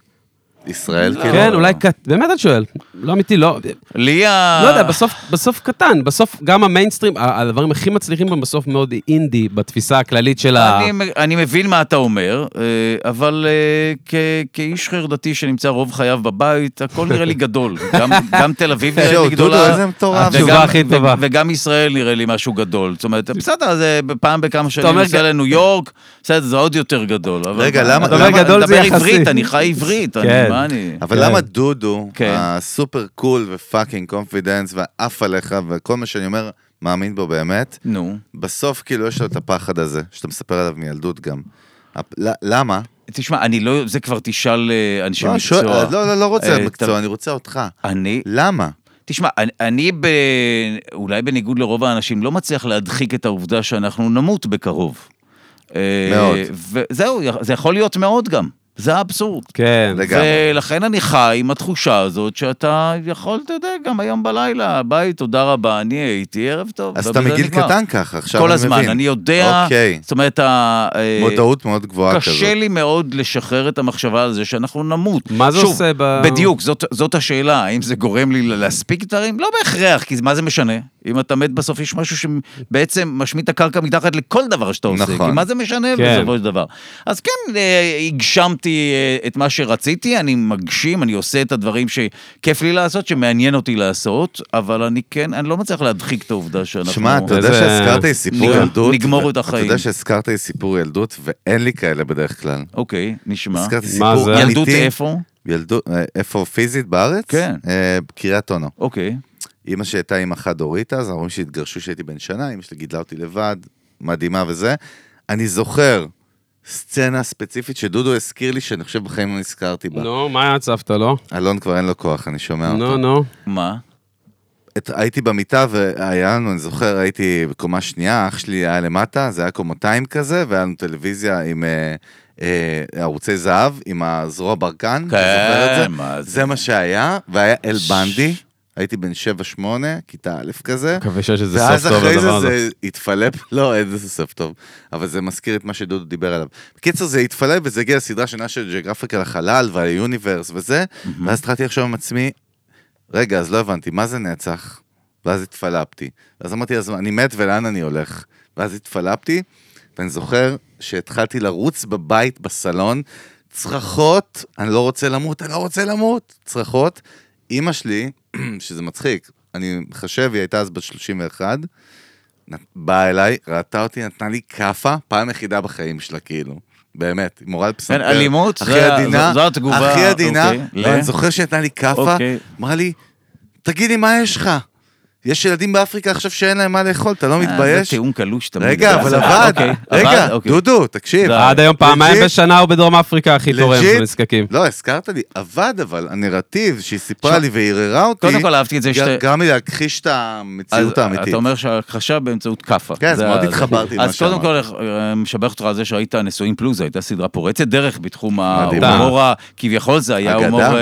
Speaker 3: ישראל,
Speaker 1: לא.
Speaker 3: כאילו.
Speaker 2: כן, אולי קט... באמת אני שואל. לא אמיתי, לא...
Speaker 1: לי ה...
Speaker 2: לא יודע,
Speaker 3: אה.
Speaker 2: בסוף, בסוף קטן, בסוף גם המיינסטרים, ה- הדברים הכי מצליחים בו בסוף מאוד אינדי בתפיסה הכללית של ה...
Speaker 1: אני, אני מבין מה אתה אומר, אה, אבל אה, כ, כאיש חרדתי שנמצא רוב חייו בבית, הכל נראה לי גדול. גם, גם תל אביב נראה
Speaker 3: זהו,
Speaker 1: לי גדולה.
Speaker 3: דודו, איזה מטורף.
Speaker 1: וגם-
Speaker 2: התשובה הכי טובה.
Speaker 1: ו- וגם ישראל נראה לי משהו גדול. זאת אומרת, בסדר, אז אה, פעם בכמה שנים
Speaker 2: אומר
Speaker 1: נוסע
Speaker 2: ג-
Speaker 1: לניו יורק, בסדר, זה עוד יותר גדול. אבל
Speaker 3: רגע,
Speaker 1: מה-
Speaker 3: למה-
Speaker 1: אתה
Speaker 3: למה-
Speaker 1: אומר,
Speaker 2: גדול זה
Speaker 1: אני מדבר
Speaker 2: יחסי.
Speaker 1: עברית, אני חי עברית, אני-
Speaker 2: כן.
Speaker 1: מה אני...
Speaker 3: אבל
Speaker 2: כן.
Speaker 3: למה דודו,
Speaker 1: כן.
Speaker 3: הסופר קול ופאקינג קונפידנס והעף עליך וכל מה שאני אומר, מאמין בו באמת,
Speaker 1: נו.
Speaker 3: בסוף כאילו יש לו את הפחד הזה, שאתה מספר עליו מילדות גם. הפ- ל- למה?
Speaker 1: תשמע, אני לא... זה כבר תשאל אה, אנשי
Speaker 3: לא,
Speaker 1: מקצוע.
Speaker 3: שואל- לא, לא, לא רוצה
Speaker 1: אה,
Speaker 3: מקצוע, אני רוצה אותך.
Speaker 1: אני...
Speaker 3: למה?
Speaker 1: תשמע, אני, אני ב... אולי בניגוד לרוב האנשים, לא מצליח להדחיק את העובדה שאנחנו נמות בקרוב. אה,
Speaker 3: מאוד.
Speaker 1: וזהו, זה יכול להיות מאוד גם. זה האבסורד.
Speaker 2: כן.
Speaker 3: לגמרי.
Speaker 1: ולכן אני חי עם התחושה הזאת שאתה יכול, אתה יודע, גם היום בלילה, ביי, תודה רבה, אני הייתי, ערב טוב.
Speaker 3: אז אתה
Speaker 1: ובזה
Speaker 3: מגיל
Speaker 1: לא נגמר.
Speaker 3: קטן ככה, עכשיו אני
Speaker 1: כל
Speaker 3: מבין.
Speaker 1: הזמן, אני יודע,
Speaker 3: אוקיי.
Speaker 1: זאת אומרת, ה- אה,
Speaker 3: מודעות מאוד גבוהה כזאת.
Speaker 1: קשה לי מאוד לשחרר את המחשבה על זה שאנחנו נמות.
Speaker 2: מה זה
Speaker 1: שוב,
Speaker 2: עושה ב-
Speaker 1: בדיוק, זאת, זאת השאלה, האם זה גורם לי להספיק דברים? לא בהכרח, כי מה זה משנה? אם אתה מת בסוף, יש משהו שבעצם משמיט את הקרקע מתחת לכל דבר שאתה עושה.
Speaker 3: נכון.
Speaker 1: כי מה זה משנה
Speaker 2: כן.
Speaker 1: בסופו של דבר? אז כן, אה, הגשמתי אה, את מה שרציתי, אני מגשים, אני עושה את הדברים שכיף לי לעשות, שמעניין אותי לעשות, אבל אני כן, אני לא מצליח להדחיק את העובדה שאנחנו...
Speaker 3: שמע, אתה יודע
Speaker 2: איזה-
Speaker 3: שהזכרת לי סיפור
Speaker 1: נגמור-
Speaker 3: ילדות.
Speaker 1: נגמור
Speaker 3: ו-
Speaker 1: את החיים.
Speaker 3: אתה יודע שהזכרת לי סיפור ילדות, ואין לי כאלה בדרך כלל.
Speaker 1: אוקיי, נשמע.
Speaker 3: הזכרתי
Speaker 2: מה
Speaker 3: סיפור
Speaker 2: זה?
Speaker 3: אמיתי.
Speaker 1: ילדות איפה?
Speaker 3: ילדות, אה, איפה פיזית בארץ?
Speaker 1: כן.
Speaker 3: אה, קריית אונו.
Speaker 1: אוקיי.
Speaker 3: אימא שלי הייתה אימא חד-הורית אז, ההורים שלי התגרשו כשהייתי בן שנה, אימא שלי גידלה אותי לבד, מדהימה וזה. אני זוכר סצנה ספציפית שדודו הזכיר לי, שאני חושב בחיים לא נזכרתי בה.
Speaker 2: נו, מה הצבת
Speaker 1: לא?
Speaker 2: לו?
Speaker 3: אלון כבר אין לו כוח, אני שומע אותו.
Speaker 2: נו, נו.
Speaker 1: מה?
Speaker 3: את, הייתי במיטה והיה לנו, אני זוכר, הייתי בקומה שנייה, אח שלי היה למטה, זה היה קומתיים כזה, והיה לנו טלוויזיה עם אה, אה, ערוצי זהב, עם הזרוע ברקן, אתה זוכר את זה?
Speaker 1: כן, מה זה?
Speaker 3: זה מה שהיה, והיה אל בנדי, הייתי בן 7-8, כיתה א'
Speaker 1: אוקיי.
Speaker 3: כזה.
Speaker 2: מקווה שיש איזה
Speaker 3: ואז
Speaker 2: סוף טוב
Speaker 3: אחרי
Speaker 2: לדבר
Speaker 3: זה
Speaker 2: הזה.
Speaker 3: זה התפלפ, לא, אין לזה סוף טוב, אבל זה מזכיר את מה שדודו דיבר עליו. בקיצור, זה התפלפ וזה הגיע לסדרה שנה של ג'גרפיקה לחלל והיוניברס וזה, ואז התחלתי לחשוב עם עצמי, רגע, אז לא הבנתי, מה זה נצח? ואז התפלפתי. ואז אמרתי, אז אני מת ולאן אני הולך? ואז התפלפתי, ואני זוכר שהתחלתי לרוץ בבית, בסלון, צרחות, אני לא רוצה למות, אני לא רוצה למות, צרחות. אימא שלי, שזה מצחיק, אני חושב, היא הייתה אז בת 31, נת- באה אליי, ראתה אותי, נתנה לי כאפה, פעם יחידה בחיים שלה, כאילו. באמת, היא מורה לפסנתר.
Speaker 1: כן, אלימות,
Speaker 3: הכי
Speaker 1: זה-
Speaker 3: עדינה,
Speaker 1: זו- זו התגובה,
Speaker 3: הכי עדינה,
Speaker 1: אוקיי, ל-
Speaker 3: ואני זוכר שנתנה לי כאפה,
Speaker 1: אוקיי.
Speaker 3: אמרה לי, תגיד לי, מה יש לך? יש ילדים באפריקה עכשיו שאין להם מה לאכול, אתה לא
Speaker 1: אה, זה
Speaker 3: מתבייש?
Speaker 1: טיעון קלוש תמיד.
Speaker 3: רגע, אבל
Speaker 1: אה,
Speaker 3: עבד,
Speaker 1: אוקיי, עבד,
Speaker 3: רגע,
Speaker 1: אוקיי.
Speaker 3: דודו, תקשיב.
Speaker 1: די.
Speaker 2: עד היום פעמיים
Speaker 3: לג'יט?
Speaker 2: בשנה הוא בדרום אפריקה הכי תורם
Speaker 3: לג'יט?
Speaker 2: לנזקקים.
Speaker 3: לא, הזכרת לי, עבד אבל, הנרטיב שהיא סיפרה
Speaker 1: שמע,
Speaker 3: לי והרהרה אותי,
Speaker 1: קודם כל אהבתי את זה
Speaker 3: ג-
Speaker 1: שאתה...
Speaker 3: גרם לי להכחיש את
Speaker 1: אז אה,
Speaker 3: המציאות האמיתית.
Speaker 1: אתה אומר שההכחשה באמצעות כאפה.
Speaker 3: כן, אז
Speaker 1: זה
Speaker 3: מאוד
Speaker 1: ה-
Speaker 3: התחברתי למה
Speaker 1: אז קודם
Speaker 3: שאמרת.
Speaker 1: כל, אה, משבח אותך על זה שהיית נשואים פלוס, זו הייתה סדרה פורצת דרך בתחום
Speaker 3: מדהים.
Speaker 1: ההומור, ה- כביכול זה היה
Speaker 3: אגדה.
Speaker 1: הומור אה,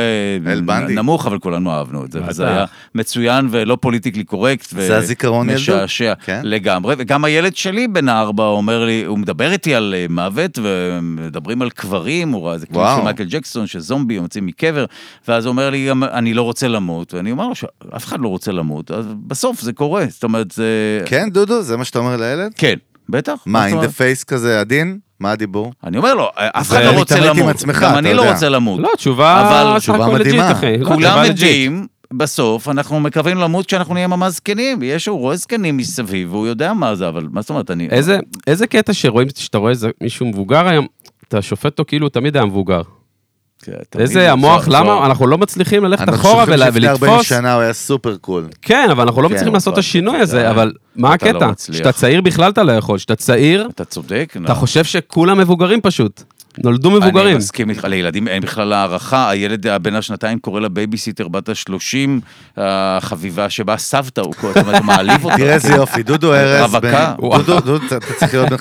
Speaker 3: אל בנדי.
Speaker 1: נמוך, אבל כולנו אהבנו את זה, וזה
Speaker 2: בטח.
Speaker 1: היה מצוין ולא פוליטיקלי קורקט. ו-
Speaker 3: זה הזיכרון ילדות.
Speaker 1: משעשע,
Speaker 3: כן.
Speaker 1: לגמרי, וגם הילד שלי בן הארבע אומר לי, הוא מדבר איתי על אה, מוות, ומדברים על קברים, הוא ראה איזה קליפ
Speaker 3: וואו.
Speaker 1: של מייקל ג'קסון, שזומבי יוצאים מקבר, ואז הוא אומר לי, גם, אני לא רוצה למות, ואני אומר לו שאף אחד לא רוצה למות, אז בסוף זה קורה, זאת אומרת, זה...
Speaker 3: כן, דודו, זה מה שאתה אומר לילד?
Speaker 1: כן, בטח.
Speaker 3: מה,
Speaker 1: זאת
Speaker 3: in
Speaker 1: אומרת,
Speaker 3: the face כזה עדין? מה הדיבור?
Speaker 1: אני אומר לו, אף
Speaker 3: זה
Speaker 1: אחד לא רוצה
Speaker 3: להתעמת עם
Speaker 1: למות,
Speaker 3: עצמך,
Speaker 1: גם
Speaker 3: אתה
Speaker 1: אני
Speaker 3: יודע.
Speaker 1: לא רוצה למות.
Speaker 2: לא, תשובה
Speaker 1: אבל-
Speaker 2: סך
Speaker 3: תשובה
Speaker 2: הכל לג'יט,
Speaker 3: מדהימה.
Speaker 2: אחי. לא, תשובה
Speaker 1: כולם
Speaker 2: לג'יט.
Speaker 1: מתים, בסוף אנחנו מקווים למות כשאנחנו נהיה ממש זקנים, יש, הוא רואה זקנים מסביב, והוא יודע מה זה, אבל מה זאת אומרת, אני...
Speaker 2: איזה- איזה קטע שרואים, שאתה רואה איזה מישהו מבוגר היום, אתה שופט אותו כאילו הוא תמיד היה מבוגר.
Speaker 1: כן, תמיד
Speaker 2: איזה המוח,
Speaker 1: זו- זו-
Speaker 2: למה אנחנו לא מצליחים ללכת
Speaker 3: אנחנו
Speaker 2: אחורה
Speaker 3: שוכחים
Speaker 2: ולה-
Speaker 3: שלפני 40
Speaker 2: ולתפוס.
Speaker 3: שנה הוא היה סופר קול.
Speaker 2: כן, אבל אנחנו לא
Speaker 3: כן,
Speaker 2: מצליחים לעשות את
Speaker 1: אבל-
Speaker 2: השינוי
Speaker 1: אתה
Speaker 2: הזה,
Speaker 1: יודע,
Speaker 2: אבל מה
Speaker 1: אתה לא
Speaker 2: הקטע?
Speaker 1: מצליח.
Speaker 2: כשאתה צעיר בכלל אתה לא יכול, כשאתה צעיר,
Speaker 1: אתה צודק. לא.
Speaker 2: אתה חושב שכולם מבוגרים פשוט. נולדו
Speaker 1: אני
Speaker 2: מבוגרים.
Speaker 1: מסכים איתך, לילדים אין בכלל הערכה, הילד הבן השנתיים קורא לה בייביסיטר בת השלושים, החביבה שבה סבתא, הוא כל הזמן מעליב אותה. כן,
Speaker 3: תראה איזה יופי, דודו ארז, בן-
Speaker 1: רווקה.
Speaker 3: דודו, דודו, אתה אתה צריך להיות בן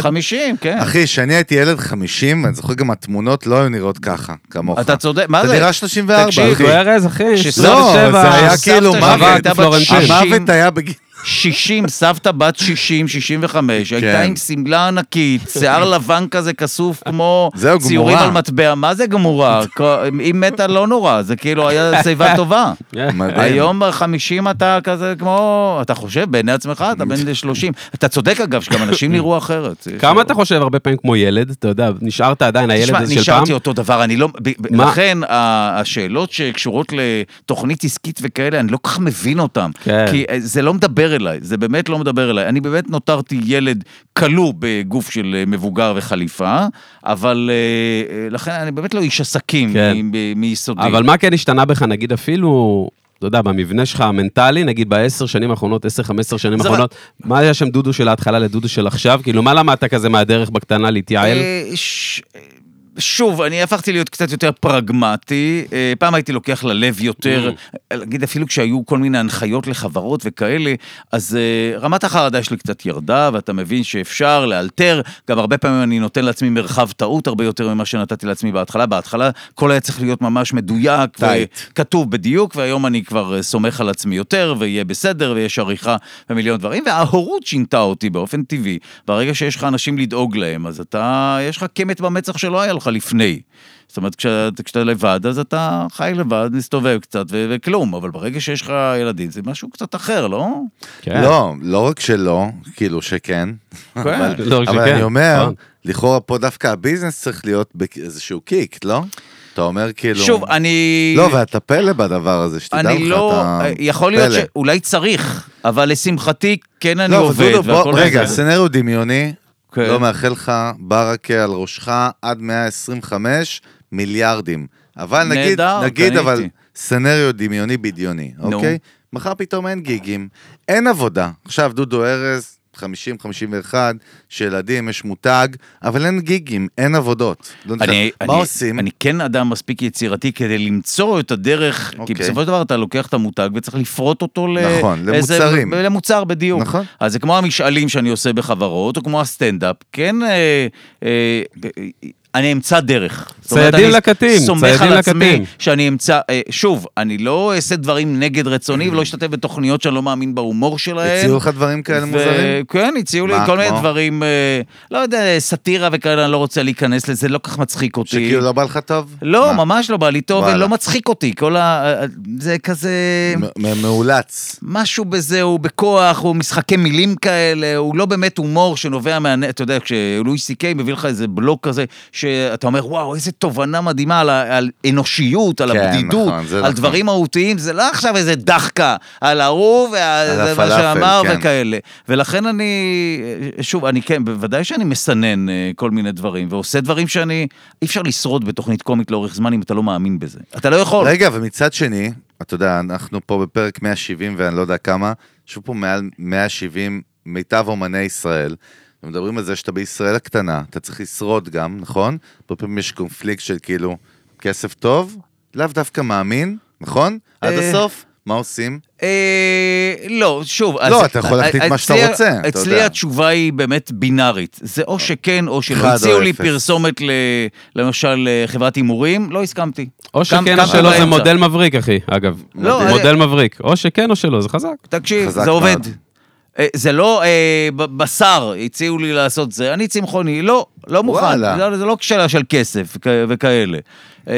Speaker 3: 50-51.
Speaker 1: חמישים, כן.
Speaker 3: אחי, כשאני הייתי ילד 50, אני זוכר גם התמונות לא היו נראות ככה, כמוך.
Speaker 1: אתה צודק, מה
Speaker 3: אתה
Speaker 1: זה?
Speaker 3: נראה 34,
Speaker 1: תקשיב,
Speaker 3: לא אחי.
Speaker 2: הוא ארז, אחי,
Speaker 1: כשסבתא-
Speaker 3: לא,
Speaker 2: 27,
Speaker 3: זה היה
Speaker 1: סבתא
Speaker 3: כאילו
Speaker 1: שלי
Speaker 3: מוות,
Speaker 1: הייתה בת
Speaker 2: פלורנטין.
Speaker 1: שישים.
Speaker 3: המוות היה בגיל...
Speaker 1: 60, סבתא בת 60, 65,
Speaker 3: כן.
Speaker 1: הייתה עם שמלה ענקית, שיער לבן כזה כסוף כמו
Speaker 3: זהו, גמורה.
Speaker 1: ציורים על מטבע, מה זה גמורה? כל- אם מתה לא נורא, זה כאילו היה שיבה טובה.
Speaker 3: מדהים.
Speaker 1: היום ב-50 אתה כזה כמו, אתה חושב בעיני עצמך, אתה בן 30. אתה צודק אגב, שגם אנשים נראו אחרת.
Speaker 2: כמה אתה חושב הרבה פעמים כמו ילד, אתה יודע, נשארת עדיין הילד
Speaker 1: תשמע,
Speaker 2: הזה של פעם?
Speaker 1: נשארתי אותו דבר, אני לא... ב- ב-
Speaker 2: מה?
Speaker 1: לכן ה- השאלות שקשורות לתוכנית עסקית וכאלה, אני לא כל כך מבין אותן.
Speaker 2: כן.
Speaker 1: כי אה, זה לא מדבר אליי, זה באמת לא מדבר אליי. אני באמת נותרתי ילד כלוא בגוף של אה, מבוגר וחליפה, אבל אה, אה, לכן אני באמת לא איש עסקים
Speaker 2: כן.
Speaker 1: מ- מ- מיסודי.
Speaker 2: אבל מה כן השתנה בך, נגיד אפילו, אתה יודע, במבנה שלך המנטלי, נגיד בעשר שנים האחרונות, עשר, חמש עשר שנים
Speaker 1: זה
Speaker 2: האחרונות, מה היה שם דודו של ההתחלה לדודו של עכשיו? כאילו, מה למדת כזה מהדרך בקטנה להתייעל?
Speaker 1: אה, ש- שוב, אני הפכתי להיות קצת יותר פרגמטי. אה, פעם הייתי לוקח ללב יותר, נגיד אפילו כשהיו כל מיני הנחיות לחברות וכאלה, אז אה, רמת החרדה שלי קצת ירדה, ואתה מבין שאפשר לאלתר. גם הרבה פעמים אני נותן לעצמי מרחב טעות הרבה יותר ממה שנתתי לעצמי בהתחלה. בהתחלה הכל היה צריך להיות ממש מדויק,
Speaker 3: טייט.
Speaker 1: כתוב בדיוק, והיום אני כבר אה, סומך על עצמי יותר, ויהיה בסדר, ויש עריכה ומיליון דברים, וההורות שינתה אותי באופן טבעי. ברגע שיש לך אנשים לדאוג להם, אז אתה, יש לך קמת במצח שלא היה לך לפני. זאת אומרת, כשאתה, כשאתה לבד, אז אתה חי לבד, מסתובב קצת ו- וכלום, אבל ברגע שיש לך ילדים, זה משהו קצת אחר, לא?
Speaker 2: כן.
Speaker 3: לא, לא רק שלא, כאילו שכן,
Speaker 1: כן.
Speaker 2: לא רק
Speaker 3: אבל
Speaker 2: שכן,
Speaker 3: אני אומר,
Speaker 2: נכון.
Speaker 3: לכאורה פה דווקא הביזנס צריך להיות באיזשהו קיק, לא? אתה אומר כאילו...
Speaker 1: שוב, אני...
Speaker 3: לא, ואתה פלא בדבר הזה, שתדע לך, אתה...
Speaker 1: אני לא... יכול להיות
Speaker 3: פלא.
Speaker 1: שאולי צריך, אבל לשמחתי, כן אני
Speaker 3: לא, אבל
Speaker 1: עובד,
Speaker 3: דודו, בוא,
Speaker 1: והכל
Speaker 3: רגע,
Speaker 1: בסדר.
Speaker 3: סנריו דמיוני,
Speaker 1: כן.
Speaker 3: לא מאחל לך, ברכה על ראשך, עד 125 מיליארדים. אבל נגיד,
Speaker 1: נהדר,
Speaker 3: נגיד
Speaker 1: קניתי.
Speaker 3: אבל סנריו דמיוני בדיוני,
Speaker 1: נו.
Speaker 3: אוקיי? מחר פתאום אין גיגים, אין עבודה. עכשיו דודו ארז, 50-51, שילדים, יש מותג, אבל אין גיגים, אין עבודות. לא
Speaker 1: אני,
Speaker 3: נכנס- מה
Speaker 1: אני,
Speaker 3: עושים?
Speaker 1: אני כן אדם מספיק יצירתי כדי למצוא את הדרך, okay. כי
Speaker 3: אוקיי.
Speaker 1: בסופו של דבר אתה לוקח את המותג וצריך לפרוט אותו ל...
Speaker 3: נכון, למוצרים.
Speaker 1: איזה, למוצר בדיוק.
Speaker 3: נכון.
Speaker 1: אז זה כמו המשאלים שאני עושה בחברות, או כמו הסטנדאפ, כן, אה, אה, ב- אה, אני אמצא דרך. זאת אומרת,
Speaker 2: ציידים
Speaker 1: אני
Speaker 2: לקטים,
Speaker 1: סומך
Speaker 2: ציידים
Speaker 1: על עצמי
Speaker 2: לקטים.
Speaker 1: שאני אמצא, אה, שוב, אני לא אעשה דברים נגד רצוני ולא אשתתף בתוכניות שאני לא מאמין בהומור שלהן.
Speaker 3: הציעו לך דברים כאלה
Speaker 1: ו-
Speaker 3: מוזרים?
Speaker 1: כן, הציעו לי
Speaker 3: מה,
Speaker 1: כל מיני
Speaker 3: כמו?
Speaker 1: דברים, אה, לא יודע, סאטירה וכאלה, אני לא רוצה להיכנס לזה, לא כל כך מצחיק אותי.
Speaker 3: שכאילו לא בא לך טוב?
Speaker 1: לא,
Speaker 3: מה?
Speaker 1: ממש לא בא לי טוב,
Speaker 3: וואלה.
Speaker 1: ולא מצחיק אותי, כל ה... אה, זה כזה...
Speaker 3: מ- מ- מאולץ.
Speaker 1: משהו בזה הוא בכוח, הוא משחקי מילים כאלה, הוא לא באמת הומור שנובע מה... אתה יודע, כשלואי סי קיי מביא לך איזה בלוק כזה, שאתה אומר, וואו, איזה תובנה מדהימה על, ה- על אנושיות, על
Speaker 3: כן,
Speaker 1: הבדידות,
Speaker 3: נכון, זה
Speaker 1: על
Speaker 3: נכון.
Speaker 1: דברים מהותיים, זה לא עכשיו איזה דחקה על ההוא
Speaker 3: על
Speaker 1: ועל מה
Speaker 3: הפלאפל,
Speaker 1: שאמר
Speaker 3: כן.
Speaker 1: וכאלה. ולכן אני, שוב, אני כן, בוודאי שאני מסנן אה, כל מיני דברים, ועושה דברים שאני, אי אפשר לשרוד בתוכנית קומית לאורך זמן אם אתה לא מאמין בזה. אתה לא יכול.
Speaker 3: רגע, ומצד שני, אתה יודע, אנחנו פה בפרק 170 ואני לא יודע כמה, שוב פה מעל 170 מיטב אומני ישראל. מדברים על זה שאתה בישראל הקטנה, אתה צריך לשרוד גם, נכון? הרבה פעמים יש קונפליקט של כאילו, כסף טוב, לאו דווקא מאמין, נכון? עד
Speaker 1: אה.
Speaker 3: הסוף, מה עושים?
Speaker 1: אה, לא, שוב. אה,
Speaker 3: לא, אתה יכול להחליט מה שאתה
Speaker 1: אצלי-
Speaker 3: רוצה, אתה
Speaker 1: אצלי
Speaker 3: יודע.
Speaker 1: התשובה היא באמת בינארית. זה או שכן או שלא.
Speaker 3: אחד או
Speaker 1: הציעו לי
Speaker 3: אפס.
Speaker 1: פרסומת, ל- למשל, לחברת הימורים, לא הסכמתי.
Speaker 2: או
Speaker 1: קם-
Speaker 2: שכן
Speaker 1: קם
Speaker 2: או שלא,
Speaker 1: באמצע.
Speaker 2: זה מודל מבריק, אחי, אגב.
Speaker 1: לא,
Speaker 2: מדהים.
Speaker 1: אה,
Speaker 2: מודל מבריק. או שכן או שלא, זה חזק.
Speaker 1: תקשיב,
Speaker 3: חזק
Speaker 1: זה עובד.
Speaker 3: מאוד.
Speaker 1: אה, זה לא אה, ב- בשר, הציעו לי לעשות זה. אני צמחוני, לא, לא מוכן.
Speaker 3: וואלה.
Speaker 1: זה, זה לא שאלה של כסף כ- וכאלה. אה,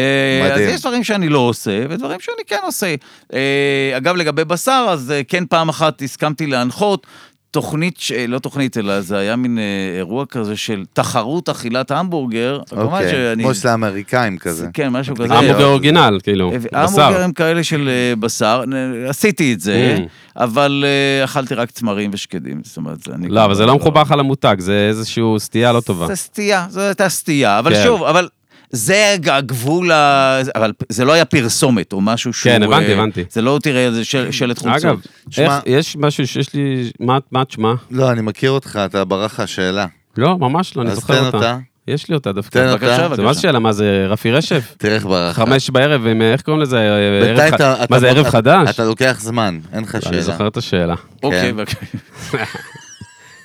Speaker 1: אז
Speaker 3: מדהים.
Speaker 1: יש דברים שאני לא עושה, ודברים שאני כן עושה. אה, אגב, לגבי בשר, אז אה, כן פעם אחת הסכמתי להנחות. תוכנית, ש... אה, לא תוכנית, אלא זה היה מין אה, אירוע כזה של תחרות אכילת המבורגר. כמובן
Speaker 3: אוקיי,
Speaker 1: שאני-
Speaker 3: כמו של האמריקאים כזה.
Speaker 1: כן, משהו כזה.
Speaker 2: המבורגר אורגינל, כאילו, בשר.
Speaker 1: המבורגרים אה, כאלה של אה, בשר, נ- עשיתי את זה, אבל אה, אכלתי רק תמרים ושקדים, זאת אומרת, זה אני...
Speaker 2: לא, אבל זה
Speaker 1: כמובן
Speaker 2: לא מחובר לך למותג, זה איזושהי סטייה לא טובה.
Speaker 1: זה סטייה, זו הייתה סטייה, אבל
Speaker 2: כן.
Speaker 1: שוב, אבל זה הגבול, ה- אבל זה לא היה פרסומת או משהו שהוא...
Speaker 2: כן, הבנתי,
Speaker 1: אה,
Speaker 2: הבנתי.
Speaker 1: זה לא תראה איזה של- שלט חוצות.
Speaker 2: אגב,
Speaker 3: תשמע-
Speaker 2: איך- יש משהו שיש לי... מה מה את שמה?
Speaker 3: לא, אני מכיר אותך, אתה ברח לך השאלה.
Speaker 2: לא, ממש לא, אני
Speaker 3: אז
Speaker 2: זוכר
Speaker 3: תן
Speaker 2: אותה.
Speaker 3: אותה.
Speaker 2: יש לי אותה דווקא.
Speaker 3: תן
Speaker 1: בבקשה,
Speaker 2: זה
Speaker 3: אותה.
Speaker 2: מה
Speaker 1: בבקשה.
Speaker 2: זה שאלה, מה זה רפי רשף?
Speaker 3: תראה איך ברח. לך.
Speaker 2: חמש בערב, עם, איך קוראים לזה? ערב
Speaker 3: בינתיים
Speaker 2: ח-
Speaker 3: אתה-
Speaker 2: מה
Speaker 3: אתה-
Speaker 2: זה, ערב
Speaker 3: אתה-
Speaker 2: חדש?
Speaker 3: אתה לוקח זמן, אין לך
Speaker 2: אני
Speaker 3: שאלה.
Speaker 2: זוכר את השאלה.
Speaker 1: אוקיי,
Speaker 3: כן.
Speaker 1: בבקשה.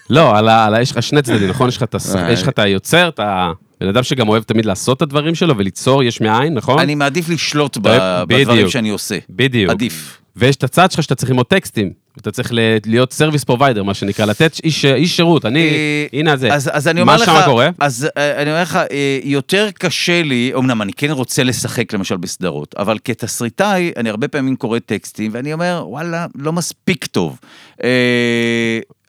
Speaker 2: לא, על ה- על ה- יש לך שני צדדים, נכון? יש לך את הס-
Speaker 3: אה.
Speaker 2: יש לך את היוצר, את הבן אדם שגם אוהב תמיד לעשות את הדברים שלו וליצור יש מאין, נכון?
Speaker 1: אני מעדיף לשלוט ב-
Speaker 2: בדיוק.
Speaker 1: בדברים שאני עושה.
Speaker 2: בדיוק.
Speaker 1: עדיף.
Speaker 2: ויש את הצד שלך שאתה צריך ללמוד טקסטים. אתה צריך ל- להיות סרוויס פרוביידר, מה שנקרא, לתת ש- איש- איש שירות. אני,
Speaker 1: אה,
Speaker 2: הנה זה.
Speaker 1: אז, אז אני אומר
Speaker 2: מה
Speaker 1: לך,
Speaker 2: שמה קורה?
Speaker 1: אז אה, אני אומר לך, אה, יותר קשה לי, אמנם אני כן רוצה לשחק למשל בסדרות, אבל כתסריטאי, אני הרבה פעמים קורא טקסטים, ואני אומר, וואלה, לא מספיק טוב. אה,